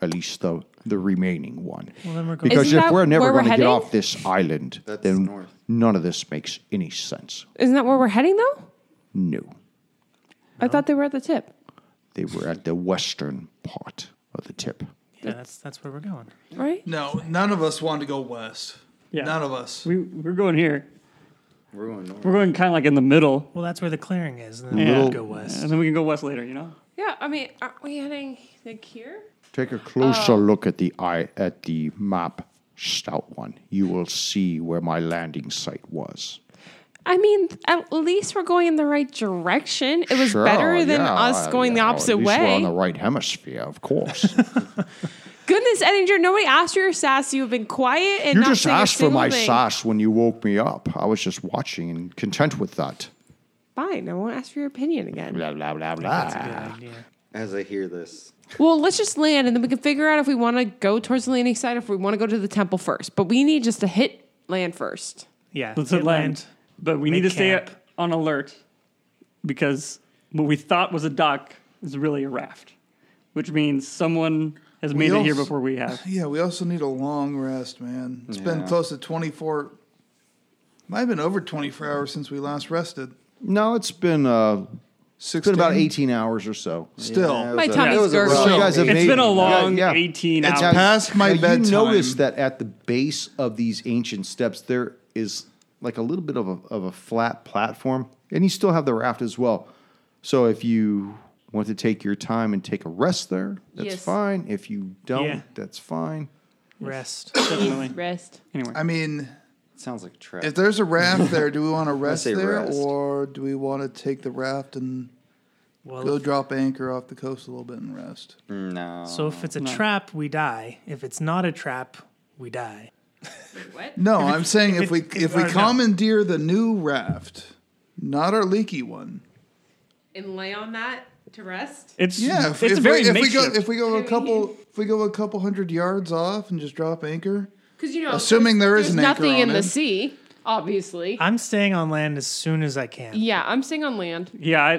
at least the the remaining one.
then we're going-
because
Isn't
if
that
we're never
where we're
going to get
heading?
off this island,
That's
then
north.
none of this makes any sense.
Isn't that where we're heading though?
No,
I thought they were at the tip.
they were at the western part of the tip.
Yeah, that's that's where we're going.
Right?
No, none of us wanted to go west.
Yeah.
None of us.
We we're going here.
We're going north.
We're going kind of like in the middle,
Well, that's where the clearing is. And then
Yeah.
we'll go west.
and then we can go west later. You know.
Yeah, I mean, aren't we heading like here?
Take a
Oh.
closer look at the eye at the map, stout one. You will see where my landing site was.
I mean, at least we're going in the right direction. It was
Sure,
better than
yeah,
us
uh,
going the
yeah, at
opposite
least We're on
way.
the right hemisphere, of course.
Goodness, Edinger, nobody asked for your sass. You've been quiet and
you
not
just
saying a
asked for
single
my
thing.
sauce when you woke me up. I was just watching and content with that.
Fine, I won't ask for your opinion again.
Blah blah blah blah.
Good idea.
As I hear this,
Well, let's just land, and then we can figure out if we want to go towards the landing site, if we want to go to the temple first. But we need just to hit land first.
Yeah,
Let's
hit
hit land. But we need to
Make
stay
camp.
on alert because what we thought was a dock is really a raft, which means someone has made it here
also-
before we have.
Yeah, we also need a long rest, man. It's been
Yeah.
close to 24. Might have been over 24 hours since we last rested.
No, it's been uh, it's
16?
been about eighteen hours or so.
Still.
Yeah, it
My
was a-
tummy's
it was a
gurgling.
rough
So
you guys have
eight.
made-
It's been a
Yeah,
long
yeah.
18
It's
hours.
past my bedtime.
You notice that at the base of these ancient steps, there is like a little bit of a, of a flat platform, and you still have the raft as well. So if you want to take your time and take a rest there, that's
Yes.
fine. If you don't,
Yeah.
that's fine.
Rest.
Definitely.
Rest.
I mean,
sounds like a trap.
if there's a raft there, do we want to rest
say
there
rest.
or do we want to take the raft and go
Well,
drop anchor off the coast a little bit and rest?
no.
so if it's a trap, we die. If it's not a trap, we die.
No, I'm saying if,
it-
we
if-
if we
or no.
commandeer the new raft, not our leaky one.
And lay on that to rest.
It's
Yeah, if,
it's
if
very
we, if we go
makeshift.
if we go a couple if we go a couple hundred yards off and just drop anchor.
Because you know,
Assuming there is
there's
an anchor
nothing
on
in the
it.
sea, obviously.
I'm staying on land as soon as I can.
yeah, I'm staying on land.
yeah, I,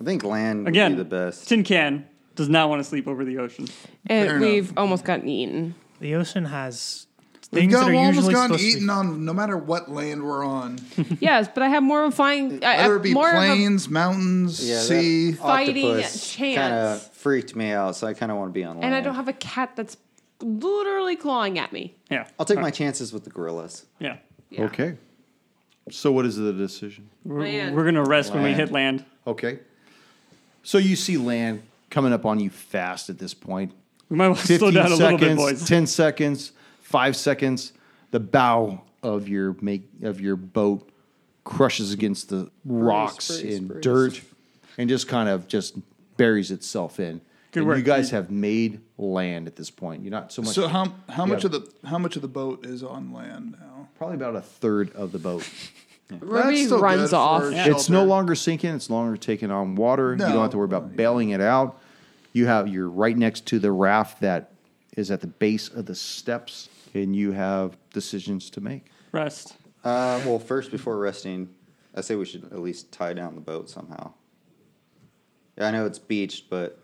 I think land would
again,
be the best.
Tin Can does not want to sleep over the ocean.
And
Fair
we've almost gotten eaten.
The ocean has
We've
things that
got
are
almost
usually
gone
supposed to
eaten
be.
on no matter what land we're on,
yes, but I have more of a fine. I,
whether
I,
it be
Uh, more of
plains, mountains,
Yeah, that
sea.
Fighting
octopus Kind
chance.
of freaked me out, so I kind of want to be on land.
a, and I don't have a cat that's literally clawing at me.
Yeah,
I'll take my chances with the gorillas.
yeah.
Yeah.
Okay. So what is the decision?
We're,
Land.
we're gonna rest when we
Land.
hit land.
Okay. So you see land coming up on you fast at this point.
We might want to slow
15
down a little bit,
seconds,
boys.
10 seconds, 5 seconds, the bow of your make of your boat crushes against the rocks
brace,
and
brace.
dirt and just kind of just buries itself in.
Good
and
work.
you guys have made land at this point. You're not so much
So how how much
Yeah.
of the how much of the boat is on land now?
probably about a third of the boat.
Ruby
still good
runs
for-
off.
Yeah.
It's no
Shelter.
longer sinking. It's no longer taking on water. You
No.
don't have to worry about bailing it out. You have you're right next to the raft that is at the base of the steps, and you have decisions to make.
Rest.
Uh, well, first, before resting, I say we should at least tie down the boat somehow. Yeah, I know it's beached, but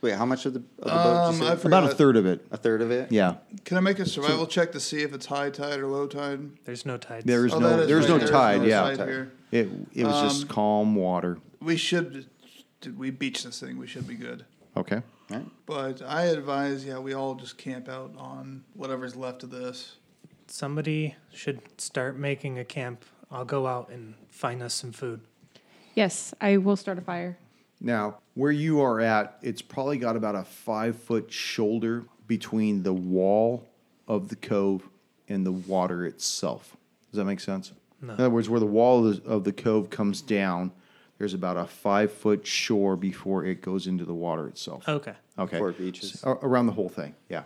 wait, how much of the, of the boat? did
Um,
you
I
say?
About a
forgot.
third of it.
a third of it.
Yeah,
Can I make a survival check to see if it's high tide or low tide?
There's no tides.
there is
Oh, that
no
is
there's
right.
no
There is
tide. Um,
no
yeah,
tide here.
it it was just calm water.
We should did we beach this thing? We should be good.
Okay.
All right.
But I advise, yeah, we all just camp out on whatever's left of this.
Somebody should start making a camp. I'll go out and find us some food.
Yes, I will start a fire.
Now, where you are at, it's probably got about a five foot shoulder between the wall of the cove and the water itself. Does that make sense? In other words, where the wall of the, of the cove comes down, there's about a five foot shore before it goes into the water itself.
Okay.
Okay.
Four beaches.
A- around the whole thing, yeah.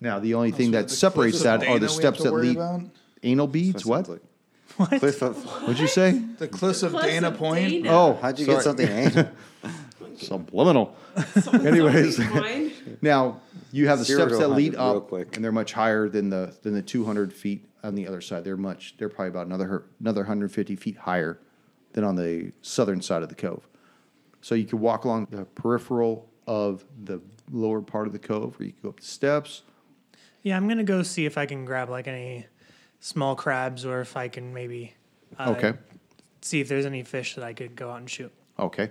Now, the only thing
Oh, So
that
the
separates
cliffs
that
of
are
Dana
the
we have
steps
to
that
worry
lead.
about?
Anal beads?
That sounds
What?
like-
What?
Cliff of-
What'd you say?
The cliffs of Dana Point.
Oh,
how'd you
sorry.
get something? Anal?
subliminal? Anyways.
Mine?
Now you have the
Zero to
steps that
100
lead
real
up,
quick.
and they're much higher than the than the 200 feet on the other side. They're much. They're probably about another hu- another 150 feet higher than on the southern side of the cove. So you could walk along the peripheral of the lower part of the cove, or you could go up the steps.
Yeah, I'm gonna go see if I can grab like any small crabs, or if I can maybe uh,
Okay,
see if there's any fish that I could go out and shoot.
okay.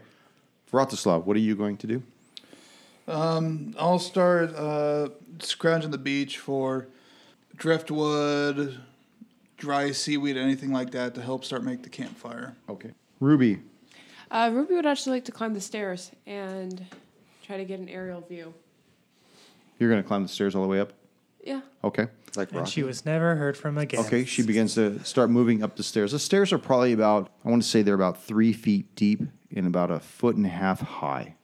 Vratislav, what are you going to do?
I'll start uh, scrounging the beach for driftwood, dry seaweed, anything like that to help start make the campfire.
Okay, Ruby.
Uh, Ruby would actually like to climb the stairs and try to get an aerial view.
You're going to climb the stairs all the way up.
Yeah.
Okay.
like
And
rock.
she was never heard from again.
Okay, she begins to start moving up the stairs. The stairs are probably about, I want to say they're about three feet deep and about a foot and a half high.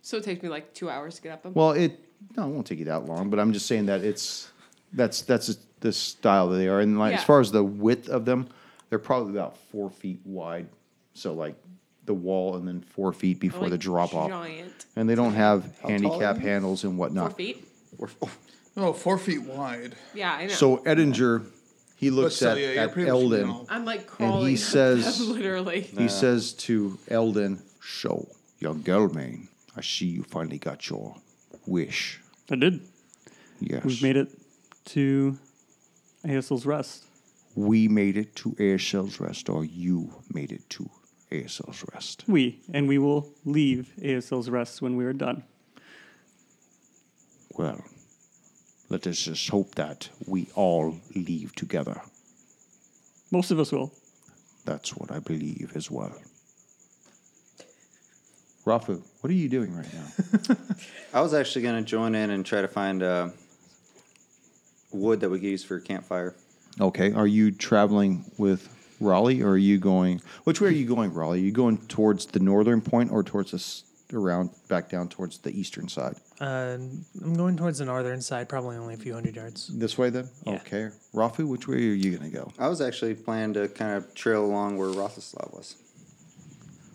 So it takes me like two hours to get up them.
Well, it, no, it won't take you that long, but I'm just saying that it's, that's, that's the style that they are. And like, as
Yeah.
far as the width of them, they're probably about four feet wide. So like the wall and then four feet before
Oh, Like
the drop off.
Giant.
And they don't have
are
handicap
they?
handles and
Four
whatnot.
feet.
We're-
Oh, four feet wide.
Yeah, I know.
So Edinger, he looks
still,
at,
yeah, you're
at
pretty much
Eldon.
doing all-
I'm like crawling. up
says-
them, literally.
He says to Eldon, So, young Gelmain, I see you finally got your wish.
I did.
Yes.
We've made it to ASL's rest.
We made it to ASL's Rest, or you made it to ASL's Rest.
We and we will leave ASL's rest when we are done.
Well, let us just hope that we all leave together.
Most of us will.
That's what I believe as well. Rafu, what are you doing right now?
I was actually gonna join in and try to find uh, wood that we could use for a campfire.
okay, are you traveling with Raleigh, or are you going? Which way are you going, Raleigh? Are you going towards the northern point, or towards this around back down towards the eastern side?
Uh, I'm going towards the northern side, probably only a few hundred yards.
This way, then. Okay, Rafu, which way are you going to go?
I was actually planning to kind of trail along where Rothslav was.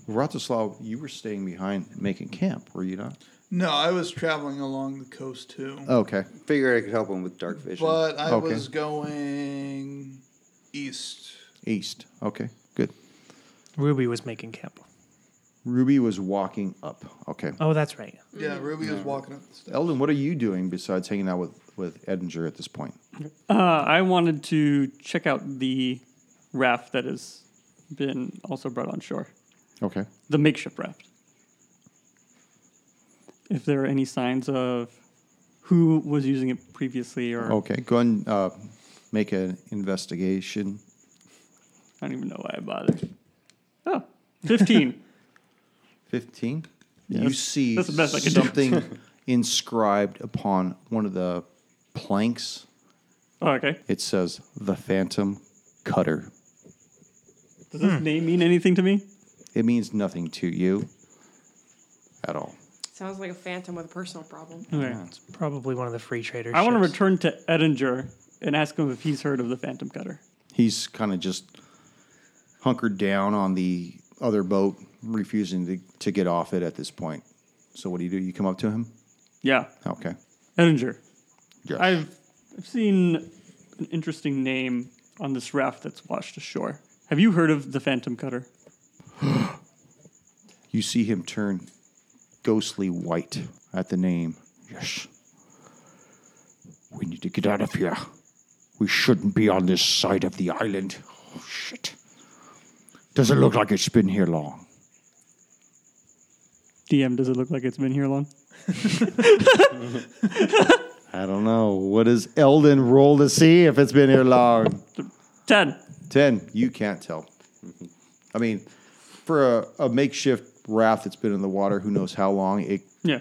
Vratislav, you were staying behind making camp, were you not?
No, I was traveling along the coast too.
Okay,
Figured I could help him with dark vision.
But I
Uh, Okay.
was going east.
east. Okay, good.
Ruby was making camp.
Ruby was walking up. Okay,
Oh, that's right.
Yeah, Ruby was walking up the steps.
Eldon, what are you doing besides hanging out with with Edinger at this point?
Uh, I wanted to check out the raft that has been also brought on shore,
Okay,
the makeshift raft. If there are any signs of who was using it previously, or
Oh. okay. Go ahead and uh, make an investigation.
I don't even know why I bothered. Oh, 15.
15. you see
that's the best I can do.
something inscribed upon one of the planks.
oh, okay.
It says, The Phantom Cutter.
Does this name mean anything to me?
It means nothing to you at all.
Sounds like a phantom with a personal problem.
Okay.
Probably one of the free traders.
I want to return to Edinger and ask him if he's heard of the Phantom Cutter.
He's kind of just hunkered down on the other boat, refusing to, to get off it at this point. So, what do you do? You come up to him?
Yeah,
Okay.
Edinger.
Yes.
I've, I've seen an interesting name on this raft that's washed ashore. Have you heard of the Phantom Cutter?
You see him turn ghostly white at the name. Yes. We need to get out of here. We shouldn't be on this side of the island. Oh, shit. Doesn't look like it's been here long.
DM, does it look like it's been here long?
I don't know. What does Elden roll to see if it's been here long?
10.
10. You can't tell. I mean, for a, a makeshift raft that's been in the water, who knows how long? It,
Yeah.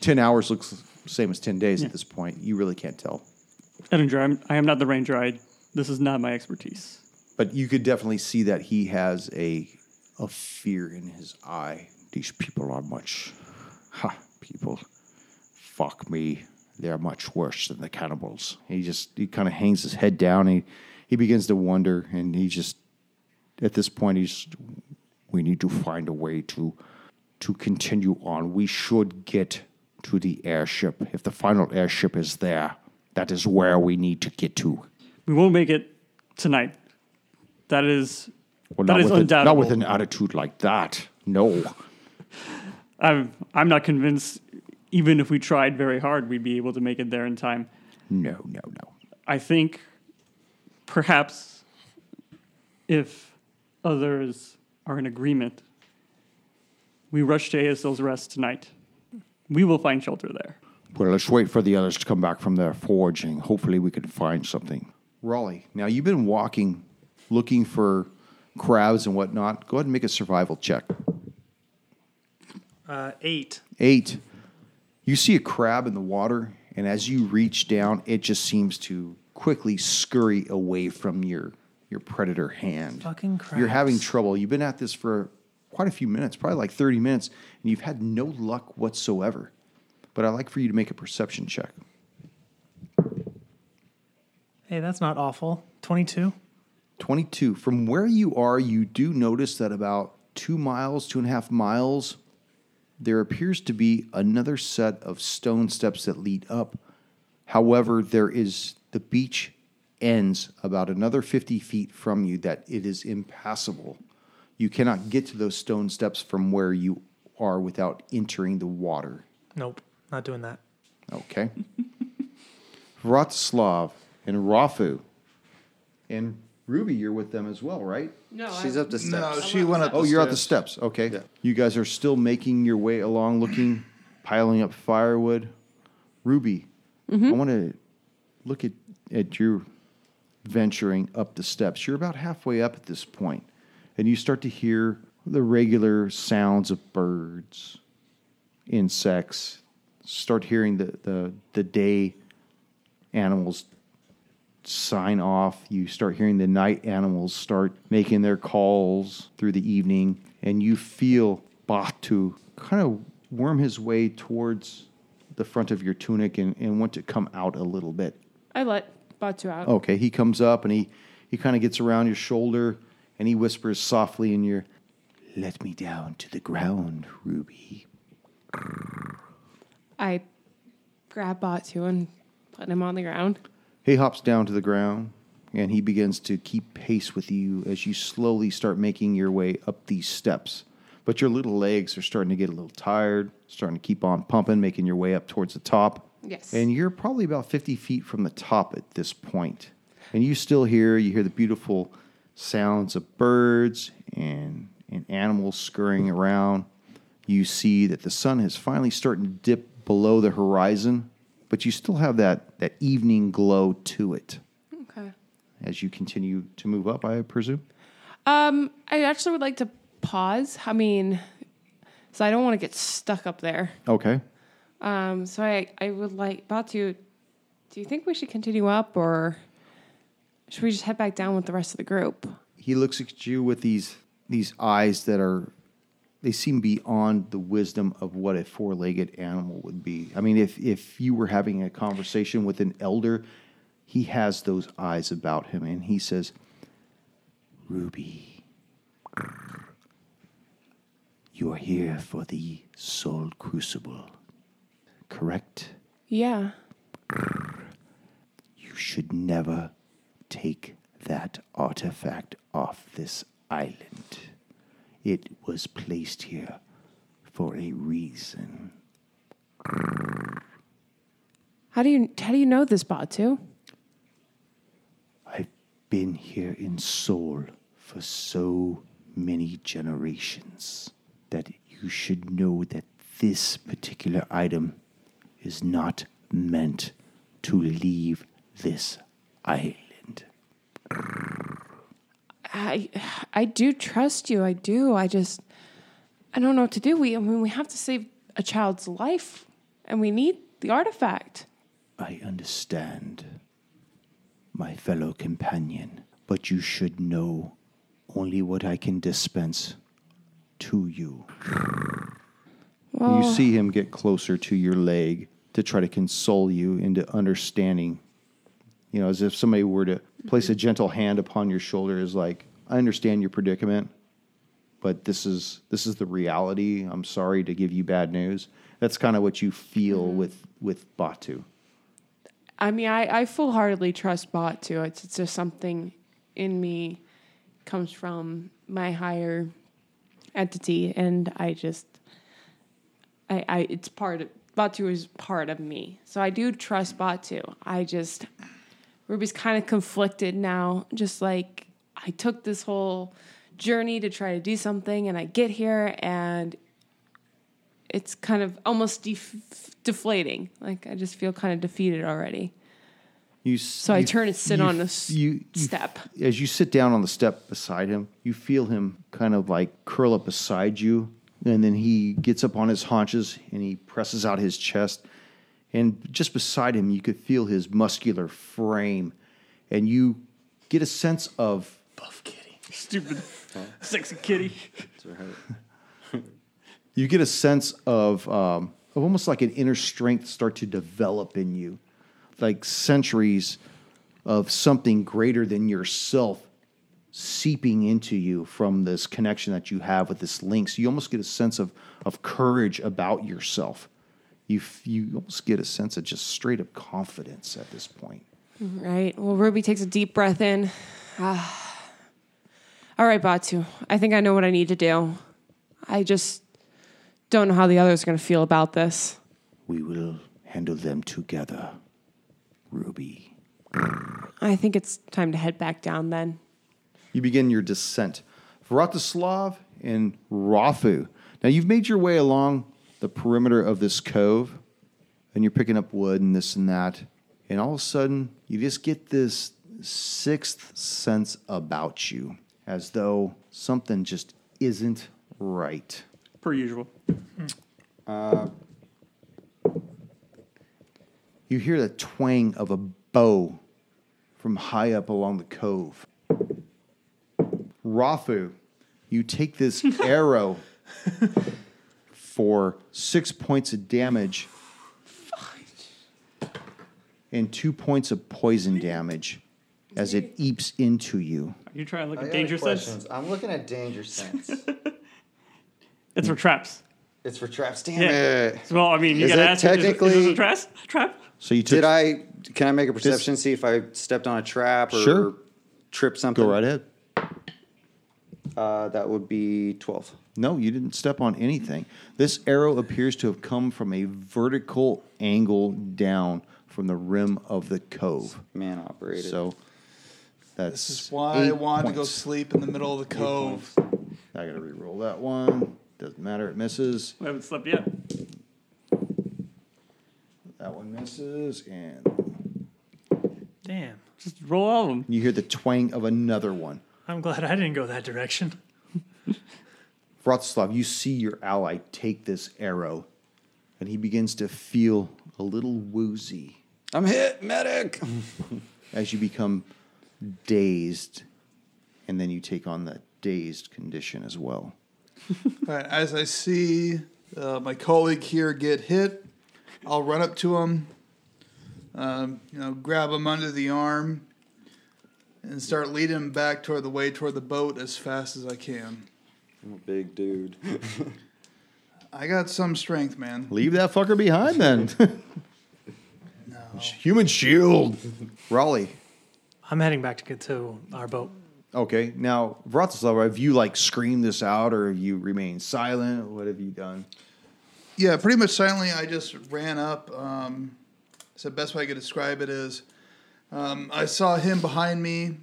10 hours looks the same as 10 days at this point. You really can't tell.
Edinger, I'm, I am not the ranger. I, this is not my expertise.
but you could definitely see that he has a a fear in his eye. These people are much, ha, people, fuck me. They're much worse than the cannibals. He just he kind of hangs his head down. He he begins to wonder, and he just at this point he's we need to find a way to to continue on. We should get to the airship. If the final airship is there, that is where we need to get to.
We won't make it tonight. That is,
Well,
That
not
is
with a- not
undoubtable.
with an attitude like that. No.
I'm, I'm not convinced, even if we tried very hard, we'd be able to make it there in time.
No, no, no.
I think perhaps if others are in agreement, we rush to ASL's rest tonight. We will find shelter there.
Well, let's wait for the others to come back from their foraging. Hopefully, we can find something. Raleigh, now you've been walking, looking for crabs and whatnot. Go ahead and make a survival check.
Uh, eight.
Eight. You see a crab in the water, and as you reach down, it just seems to quickly scurry away from your your predator hand.
Fucking
You're having
crabs.
trouble. You've been at this for quite a few minutes, probably like 30 minutes, and you've had no luck whatsoever. But I'd like for you to make a perception check.
Hey, that's not awful. Twenty-two.
22. From where you are, you do notice that about two miles, two and a half miles, there appears to be another set of stone steps that lead up. However, there is the beach ends about another 50 feet from you that it is impassable. You cannot get to those stone steps from where you are without entering the water.
Nope, not doing that.
Okay. Vratislav and Rafu. And Ruby, you're with them as well, right?
No,
She's
I,
up to steps.
No, she went up.
Oh, you're at the steps. Okay. You guys are still making your way along, looking, piling up firewood. Ruby,
Mm-hmm.
I want to look at, at your venturing up the steps. You're about halfway up at this point, and you start to hear the regular sounds of birds, insects, start hearing the, the, the day animals sign off. You start hearing the night animals start making their calls through the evening, and you feel Batu kind of worm his way towards the front of your tunic and, and want to come out a little bit.
I let Batu out.
Okay, he comes up and he, he kind of gets around your shoulder and he whispers softly in your, Let me down to the ground, Ruby.
I grab Batu and put him on the ground.
He hops down to the ground and he begins to keep pace with you as you slowly start making your way up these steps. But your little legs are starting to get a little tired, starting to keep on pumping, making your way up towards the top.
Yes.
And you're probably about 50 feet from the top at this point. And you still hear, you hear the beautiful sounds of birds and, and animals scurrying around. You see that the sun is finally starting to dip below the horizon, but you still have that, that evening glow to it.
Okay.
as you continue to move up, I presume.
Um, I actually would like to pause. I mean, so I don't want to get stuck up there.
Okay.
Um, so I, I would like Batu. Do you think we should continue up, or should we just head back down with the rest of the group?
He looks at you with these these eyes that are they seem beyond the wisdom of what a four-legged animal would be. I mean, if if you were having a conversation with an elder, he has those eyes about him and he says, "Ruby, you are here for the soul crucible. Correct?
Yeah.
You should never take that artifact off this island. It was placed here for a reason.
How do you how do you know this Batu?
I've been here in Seoul for so many generations that you should know that this particular item is not meant to leave this island.
I I do trust you. I do. I just I don't know what to do. We I mean we have to save a child's life, and we need the artifact.
I understand, my fellow companion, but you should know only what I can dispense to you. You see him get closer to your leg to try to console you into understanding. You know, as if somebody were to place a gentle hand upon your shoulder, is like, I understand your predicament, but this is this is the reality. I'm sorry to give you bad news. That's kind of what you feel with with Batu.
I mean, I, I full heartedly trust Bot too. It's, it's just something in me comes from my higher entity, and I just, I, I it's part of Batu is part of me. So I do trust Batu. I just Ruby's kind of conflicted now. Just like I took this whole journey to try to do something, and I get here, and it's kind of almost def- deflating. Like I just feel kind of defeated already.
You
So I turn and sit on the s- step.
As you sit down on the step beside him, you feel him kind of like curl up beside you, and then he gets up on his haunches and he presses out his chest, and just beside him you could feel his muscular frame, and you get a sense of
Stupid sexy kitty.
you get a sense of um, of almost like an inner strength start to develop in you, like centuries of something greater than yourself seeping into you from this connection that you have with this link. So you almost get a sense of of courage about yourself. You f- you almost get a sense of just straight up confidence at this point.
Right. Well, Ruby takes a deep breath in. Ah. All right, Batu. I think I know what I need to do. I just don't know how the others are going to feel about this.
We will handle them together, Ruby.
I think it's time to head back down then.
you begin your descent. Vratislav and Rafu. Now you've made your way along the perimeter of this cove, and you're picking up wood and this and that, and all of a sudden you just get this sixth sense about you, as though something just isn't right.
Per usual.
You hear the twang of a bow from high up along the cove. Rafu, you take this arrow for six points of damage and two points of poison damage as it eeps into you.
Are you trying to look at danger sense?
I'm looking at danger sense.
It's for traps.
it's for traps. Damn
Yeah.
it.
Well, I mean, you
Is
gotta
it
ask. is it- is this
technically-
a traps? trap?
So you took
Did I? Can I make a perception? see if I stepped on a trap or
Sure.
trip something.
go right ahead.
Uh, that would be twelve.
No, you didn't step on anything. This arrow appears to have come from a vertical angle down from the rim of the cove.
Man operated.
So that's
This is why I
eight
wanted to go
points.
sleep in the middle of the cove.
I gotta re-roll that one. Doesn't matter. It misses.
We haven't slept yet.
That one misses, and
Damn.
Just roll all of them.
You hear the twang of another one.
I'm glad I didn't go that direction.
Vratislav, you see your ally take this arrow, and he begins to feel a little woozy
I'm hit, medic.
as you become dazed, and then you take on that dazed condition as well.
All right, as I see uh, my colleague here get hit, I'll run up to him, um, you know, grab him under the arm, and start leading him back toward the way toward the boat as fast as I can.
I'm a big dude.
I got some strength, man.
Leave that fucker behind then. Human shield. Raleigh.
I'm heading back to get to our boat.
Okay, now Vratislav, have you like screamed this out, or have you remained silent? What have you done?
Yeah, pretty much silently, I just ran up. Um, so best way I could describe it is, um, I saw him behind me,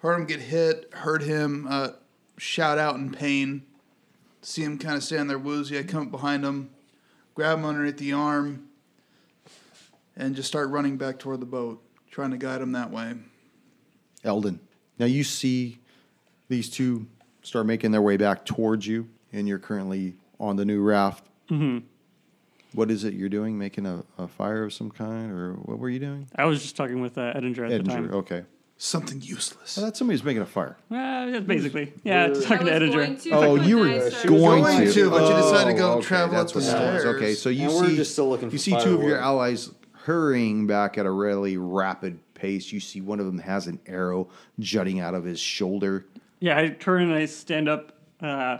heard him get hit, heard him uh, shout out in pain, see him kind of stand there woozy. I come up behind him, grab him underneath the arm, and just start running back toward the boat, trying to guide him that way.
Eldon. Now you see these two start making their way back towards you, and you're currently on the new raft. Mm-hmm. is it you're doing? Making a, a fire of some kind, or what were you doing?
I was just talking with uh, Edinger at the
Edinger.
time.
Okay.
Something useless.
Oh, that's somebody's making a fire.
Oh.
Well, Uh, yeah, basically, yeah, just talking to Edinger.
to.
Oh, you were going,
going
to,
to, but you decided to go
Oh, okay,
travel
that's
up the
what it was.
stairs.
Okay, so you
And
see,
we're just still looking
you
for
see two of your
firewood.
allies hurrying back at a really rapid pace. You see one of them has an arrow jutting out of his shoulder.
Yeah, I turn and I stand up, uh,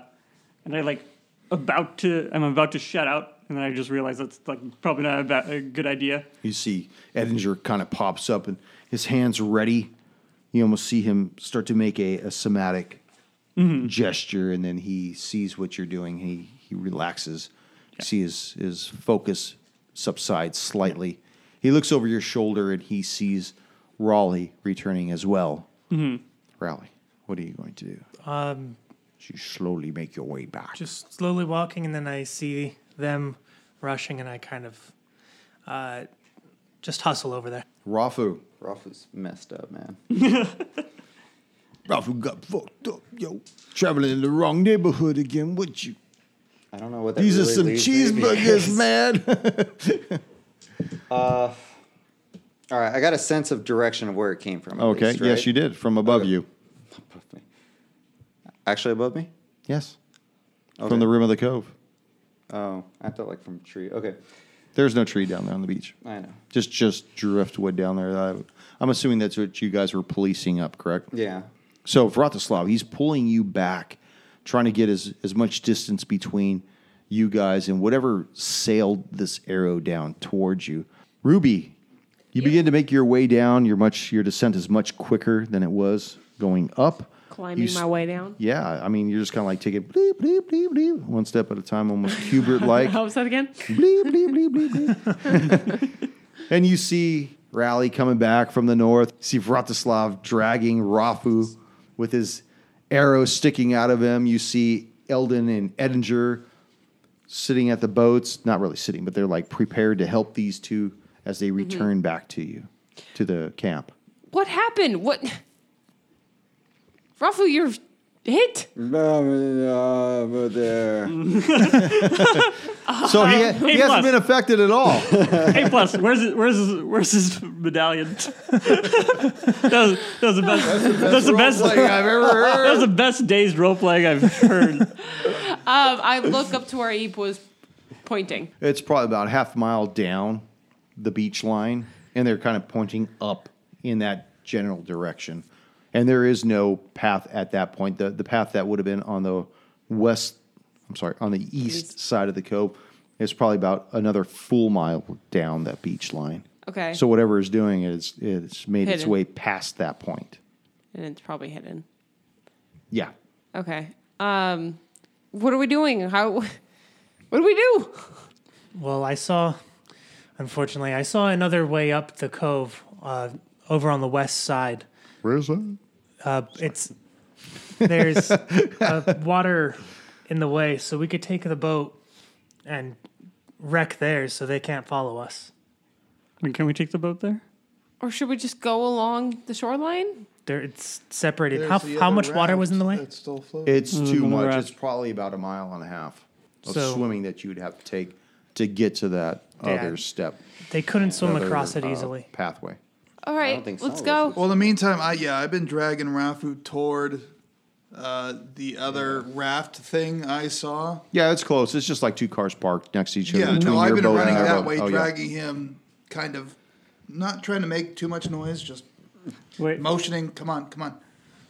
and I like about to. I'm about to shout out, and then I just realize that's like probably not a, ba- a good idea.
You see Edinger kind of pops up and his hands ready. You almost see him start to make a, a somatic
Mm-hmm.
gesture, and then he sees what you're doing. He he relaxes. You see his his focus subsides slightly. He looks over your shoulder and he sees Raleigh returning as well. Mm-hmm. Raleigh, what are you going to do?
Um,
As you slowly make your way back.
just slowly walking, and then I see them rushing, and I kind of uh, just hustle over there.
Rafu.
Roth is messed up, man.
Rafu got fucked up, yo. Traveling in the wrong neighborhood again, would you?
I don't know what that
These
really
are some
leaves me because-
cheeseburgers, man.
Uh, All right, I got a sense of direction of where it came from. at
Okay.
least,
Yes,
right?
you did from above
Okay.
you.
Above me. Actually, above me.
Yes,
Okay.
from the rim of the cove.
Oh, I thought like from a tree. Okay,
There's no tree down there on the beach.
I know.
Just just driftwood down there. I, I'm assuming that's what you guys were policing up, correct?
Yeah.
So Vratislav, he's pulling you back, trying to get as, as much distance between you guys and whatever sailed this arrow down towards you. Ruby, you begin to make your way down. Your much your descent is much quicker than it was going up.
Climbing
You s-
my way down.
Yeah, I mean, you're just kind of like taking bleep, bleep, bleep, bleep, one step at a time, almost Hubert like.
How was Oh, that again?
bleep, bleep, bleep, bleep, bleep. and you see Rally coming back from the north. You see Vratislav dragging Rafu with his arrow sticking out of him. You see Eldon and Edinger sitting at the boats, not really sitting, but they're like prepared to help these two as they return back to you, to the camp.
What happened? What? Rafu, you're hit.
Over there.
So he, he
plus.
hasn't been affected at all.
A plus. Where's it, where's his, where's his medallion? that, was, that was the best. That's the best. That's the best,
I've ever heard.
that was the best day's role playing I've heard.
Um, I look up to where Eve was pointing.
It's probably about a half mile down the beach line, and they're kind of pointing up in that general direction. And there is no path at that point. The the path that would have been on the west, I'm sorry, on the east, side of the cove is probably about another full mile down that beach line.
Okay.
So whatever is doing is it's made its
Hidden.
way past that point.
And it's probably hidden.
Yeah.
Okay. Um, what are we doing? How? What do we do?
Well, I saw, unfortunately, I saw another way up the cove uh, over on the west side.
Where's that?
Uh, it's there's uh, water in the way, so we could take the boat and wreck theirs, so they can't follow us.
I mean, can we take the boat there?
Or should we just go along the shoreline?
There, it's separated.
There's
how
the
how
other
much water was in the
raft
lake?
That's still floating.
It's too
the
much.
raft.
It's probably about a mile and a half of
So-
swimming that you'd have to take to get to that
Yeah.
other step,
They couldn't swim
other,
across it
uh,
easily.
pathway.
All right,
think so.
let's go.
well, in the meantime, I yeah, I've been dragging Rafu toward uh, the other raft thing I saw.
Yeah, it's close. It's just like two cars parked next to each other.
Yeah,
between
no, I've
your
been
boat and
running
our
that
boat.
way,
Oh, yeah.
dragging him, kind of, not trying to make too much noise, just
Wait,
motioning. Come on, come on.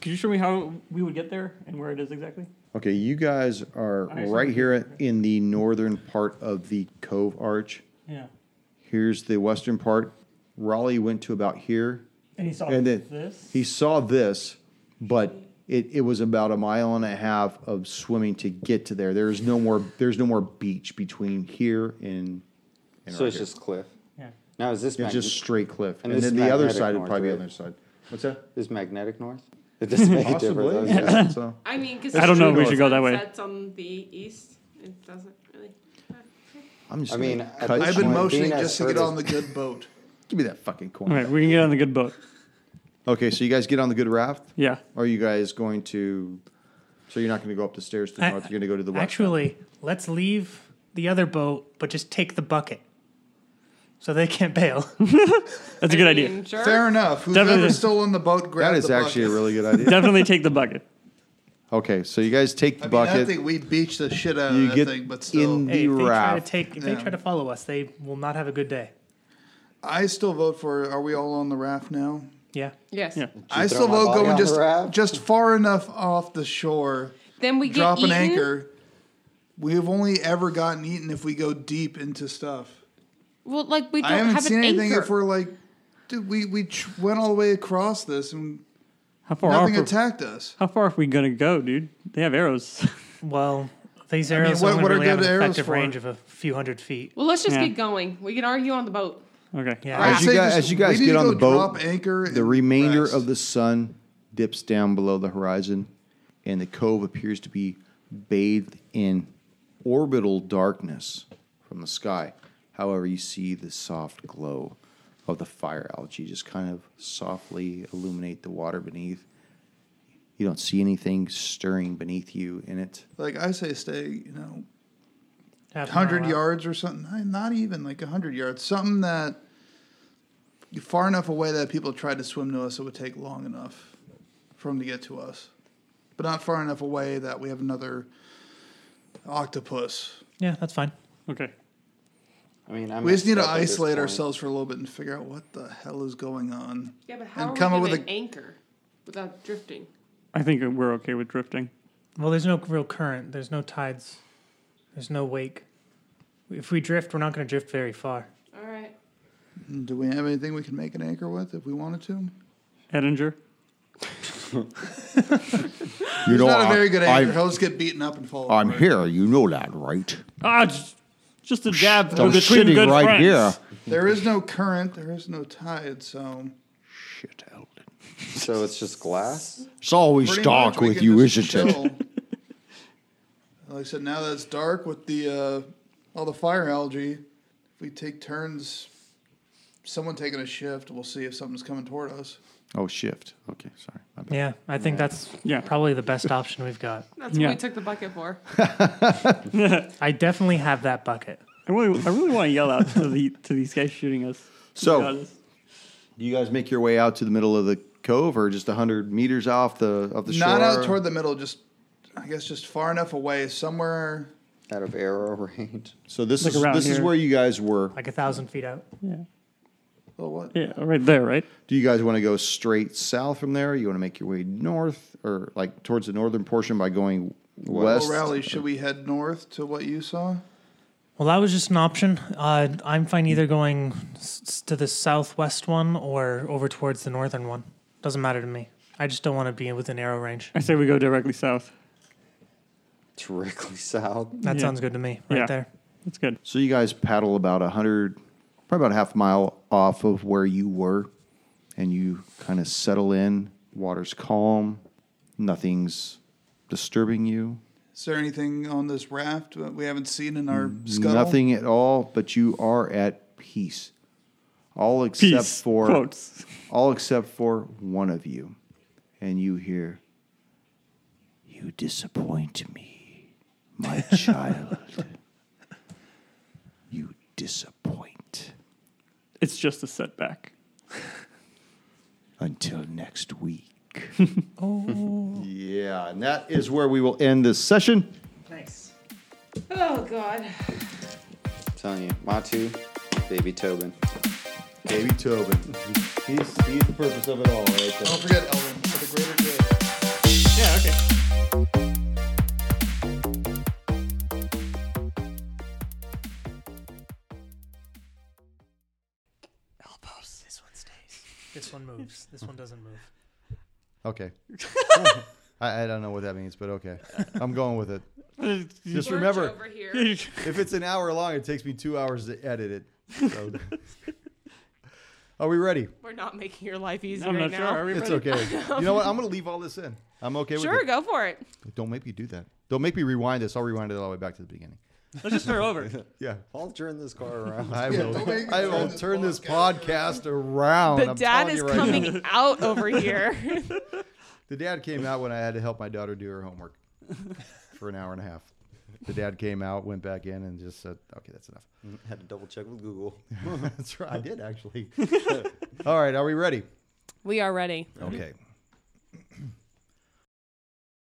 could you show me how we would get there and where it is exactly?
Okay, you guys are
I see.
right here in the northern part of the Cove Arch.
Yeah.
Here's the western part. Raleigh went to about here,
And he saw
and then
this.
he saw this, but it, it was about a mile and a half of swimming to get to there. There is no more. There's no more beach between here and. and
So
right
it's
here.
just cliff.
yeah.
Now is this
it's
mag-
just straight cliff,
and
and,
this
then
is
the other
magnetic
side would
north,
probably be on the
right?
other side. What's that?
is magnetic north? It doesn't make a difference. I was
Possibly.
gonna-
yeah, so.
I mean, because
I don't know if we should go that way.
That's on the east. It doesn't really.
I'm just.
I
gonna
mean, at
cut
this
I've been
Being
motioning
as
just to
hurt
get
as-
on the good boat.
Give me that fucking coin.
All right, we can get on the good boat.
Okay, so you guys get on the good raft.
Yeah.
Are you guys going to? So you're not going to go up the stairs to the
I-
north. You're going to go to the west.
Actually, let's leave the other boat, but just take the bucket, so they can't bail.
That's a good idea.
mean, Sure.
Fair enough. Who's
Definitely.
ever still on the boat? Grab
that is
the
actually a
bucket.
really good idea.
Definitely take the bucket.
Okay, so you guys take the
I mean, I
bucket.
think we beached the shit out of
You
that
get
thing, but still,
in-
hey, if they try to
Giraffe.
take, if they try to follow us, they will not have a good day.
I still vote for. Are we all on the raft now?
Yeah.
Yes.
Yeah.
I
throw
still
my
vote
body
going
on the
just
raft?
just far enough off the shore.
Then we
drop
get eaten.
an anchor. We have only ever gotten eaten if we go deep into stuff.
Well, like we don't
I haven't
have
seen
an
anything
anchor.
if we're like, dude, we we tr- went all the way across this and
How far
nothing
off?
attacked us.
how far are we gonna go, dude? They have arrows.
Well, these arrows
what-
only
what are
really have
good
an
arrows
effective
for?
range of a few hundred feet.
well, let's just
Yeah.
get going. We can argue on the boat.
okay.
Yeah.
I'd
As you
say
guys,
just-
as you
we
guys
need
get
to
on
go
the boat,
drop anchor.
the remainder
rest.
of the sun dips down below the horizon, and the cove appears to be bathed in orbital darkness from the sky. However, you see the soft glow of the fire algae just kind of softly illuminate the water beneath. You don't see anything stirring beneath you in it.
like I say, stay you know
Half an
hundred
hour.
yards or something. I- Not even like hundred yards. Something that you're far enough away that people tried to swim to us, it would take long enough for them to get to us, but not far enough away that we have another octopus.
Yeah, that's fine.
Okay.
I mean, I'm
We just need
messed
to
up at this
isolate
point.
ourselves for a little bit and figure out what the hell is going on.
Yeah, but
how And are we come up with gonna a-
anchor without drifting?
I think we're okay with drifting.
Well, there's no real current. There's no tides. There's no wake. If we drift, we're not going to drift very far.
All right.
Do we have anything we can make an anchor with if we wanted to?
Edinger.
You
It's not a very good anchor. He'll just get beaten up and fall apart.
here. You know that, right?
Ah, just, just a jab between good friends.
There is no current. There is no tide. So
Shit, Eldon.
So it's just glass.
It's always
pretty much we can just chill. like I said, now that it's dark with the uh, all the fire algae, if we take turns, someone taking a shift, we'll see if something's coming toward us.
Oh, shift. Okay, sorry. My bad.
Yeah, I think that's
Yeah.
probably the best option we've got.
That's what
Yeah.
we took the bucket for.
I definitely have that bucket.
I really, I really want to yell out to the to these guys shooting us. to be
So-
honest.
Do you guys make your way out to the middle of the cove, or just hundred meters off the of the shore?
Not out toward the middle, just I guess just far enough away, somewhere
Out of arrow range.
So this
Like
is
around
this is
here.
where you guys were.
Like a thousand feet out.
Well, what?
yeah, right there, right?
Do you guys want to go straight south from there? You want to make your way north, or like towards the northern portion by going west?
Well, Rally, should we head north to what you saw?
Well, that was just an option. Uh, I'm fine either going s- s- to the southwest one or over towards the northern one. Doesn't matter to me. I just don't want to be within arrow range.
I say we go directly south.
Directly south.
That
Yeah.
sounds good to me right
Yeah.
there.
That's good.
So you guys paddle about a hundred, probably about a half mile off of where you were, and you kind of settle in. Water's calm, nothing's disturbing you.
Is there anything on this raft that we haven't seen in our scuttle?
Nothing at all, but you are at peace. All except
Peace.
for
Quotes.
all except for one of you. And you hear, You disappoint me, my child. You disappoint.
It's just a setback.
Until next week. oh. Yeah, and that is where we will end this session.
Nice.
Oh God.
I'm telling you, Matu, baby Tobin.
Baby Tobin. He's, he's the purpose of it all right there.
Don't forget, Elvin, for the greater good.
Yeah, okay.
Elbows. This one stays. This one moves. This one doesn't move.
Okay. I, I don't know what that means, but okay. I'm going with it. Just remember,
over here.
if it's an hour long, it takes me two hours to edit it. So. Are we ready?
We're not making your life easy
I'm
right
not
now.
sure. Are we
It's
ready?
okay. You know what? I'm going to leave all this in. I'm okay
Sure,
with it.
go for it.
Don't make me do that. Don't make me rewind this. I'll rewind it all the way back to the beginning.
Let's just start over.
Yeah.
I'll turn this car around.
I
don't
will,
make me
I will turn this podcast around.
The
I'm
dad
telling
is
you right now.
coming out over here.
The dad came out when I had to help my daughter do her homework for an hour and a half. The dad came out, went back in, and just said, "Okay, that's enough."
Had to double check with Google.
that's right. I did actually. All right, are we ready?
we are ready.
Okay.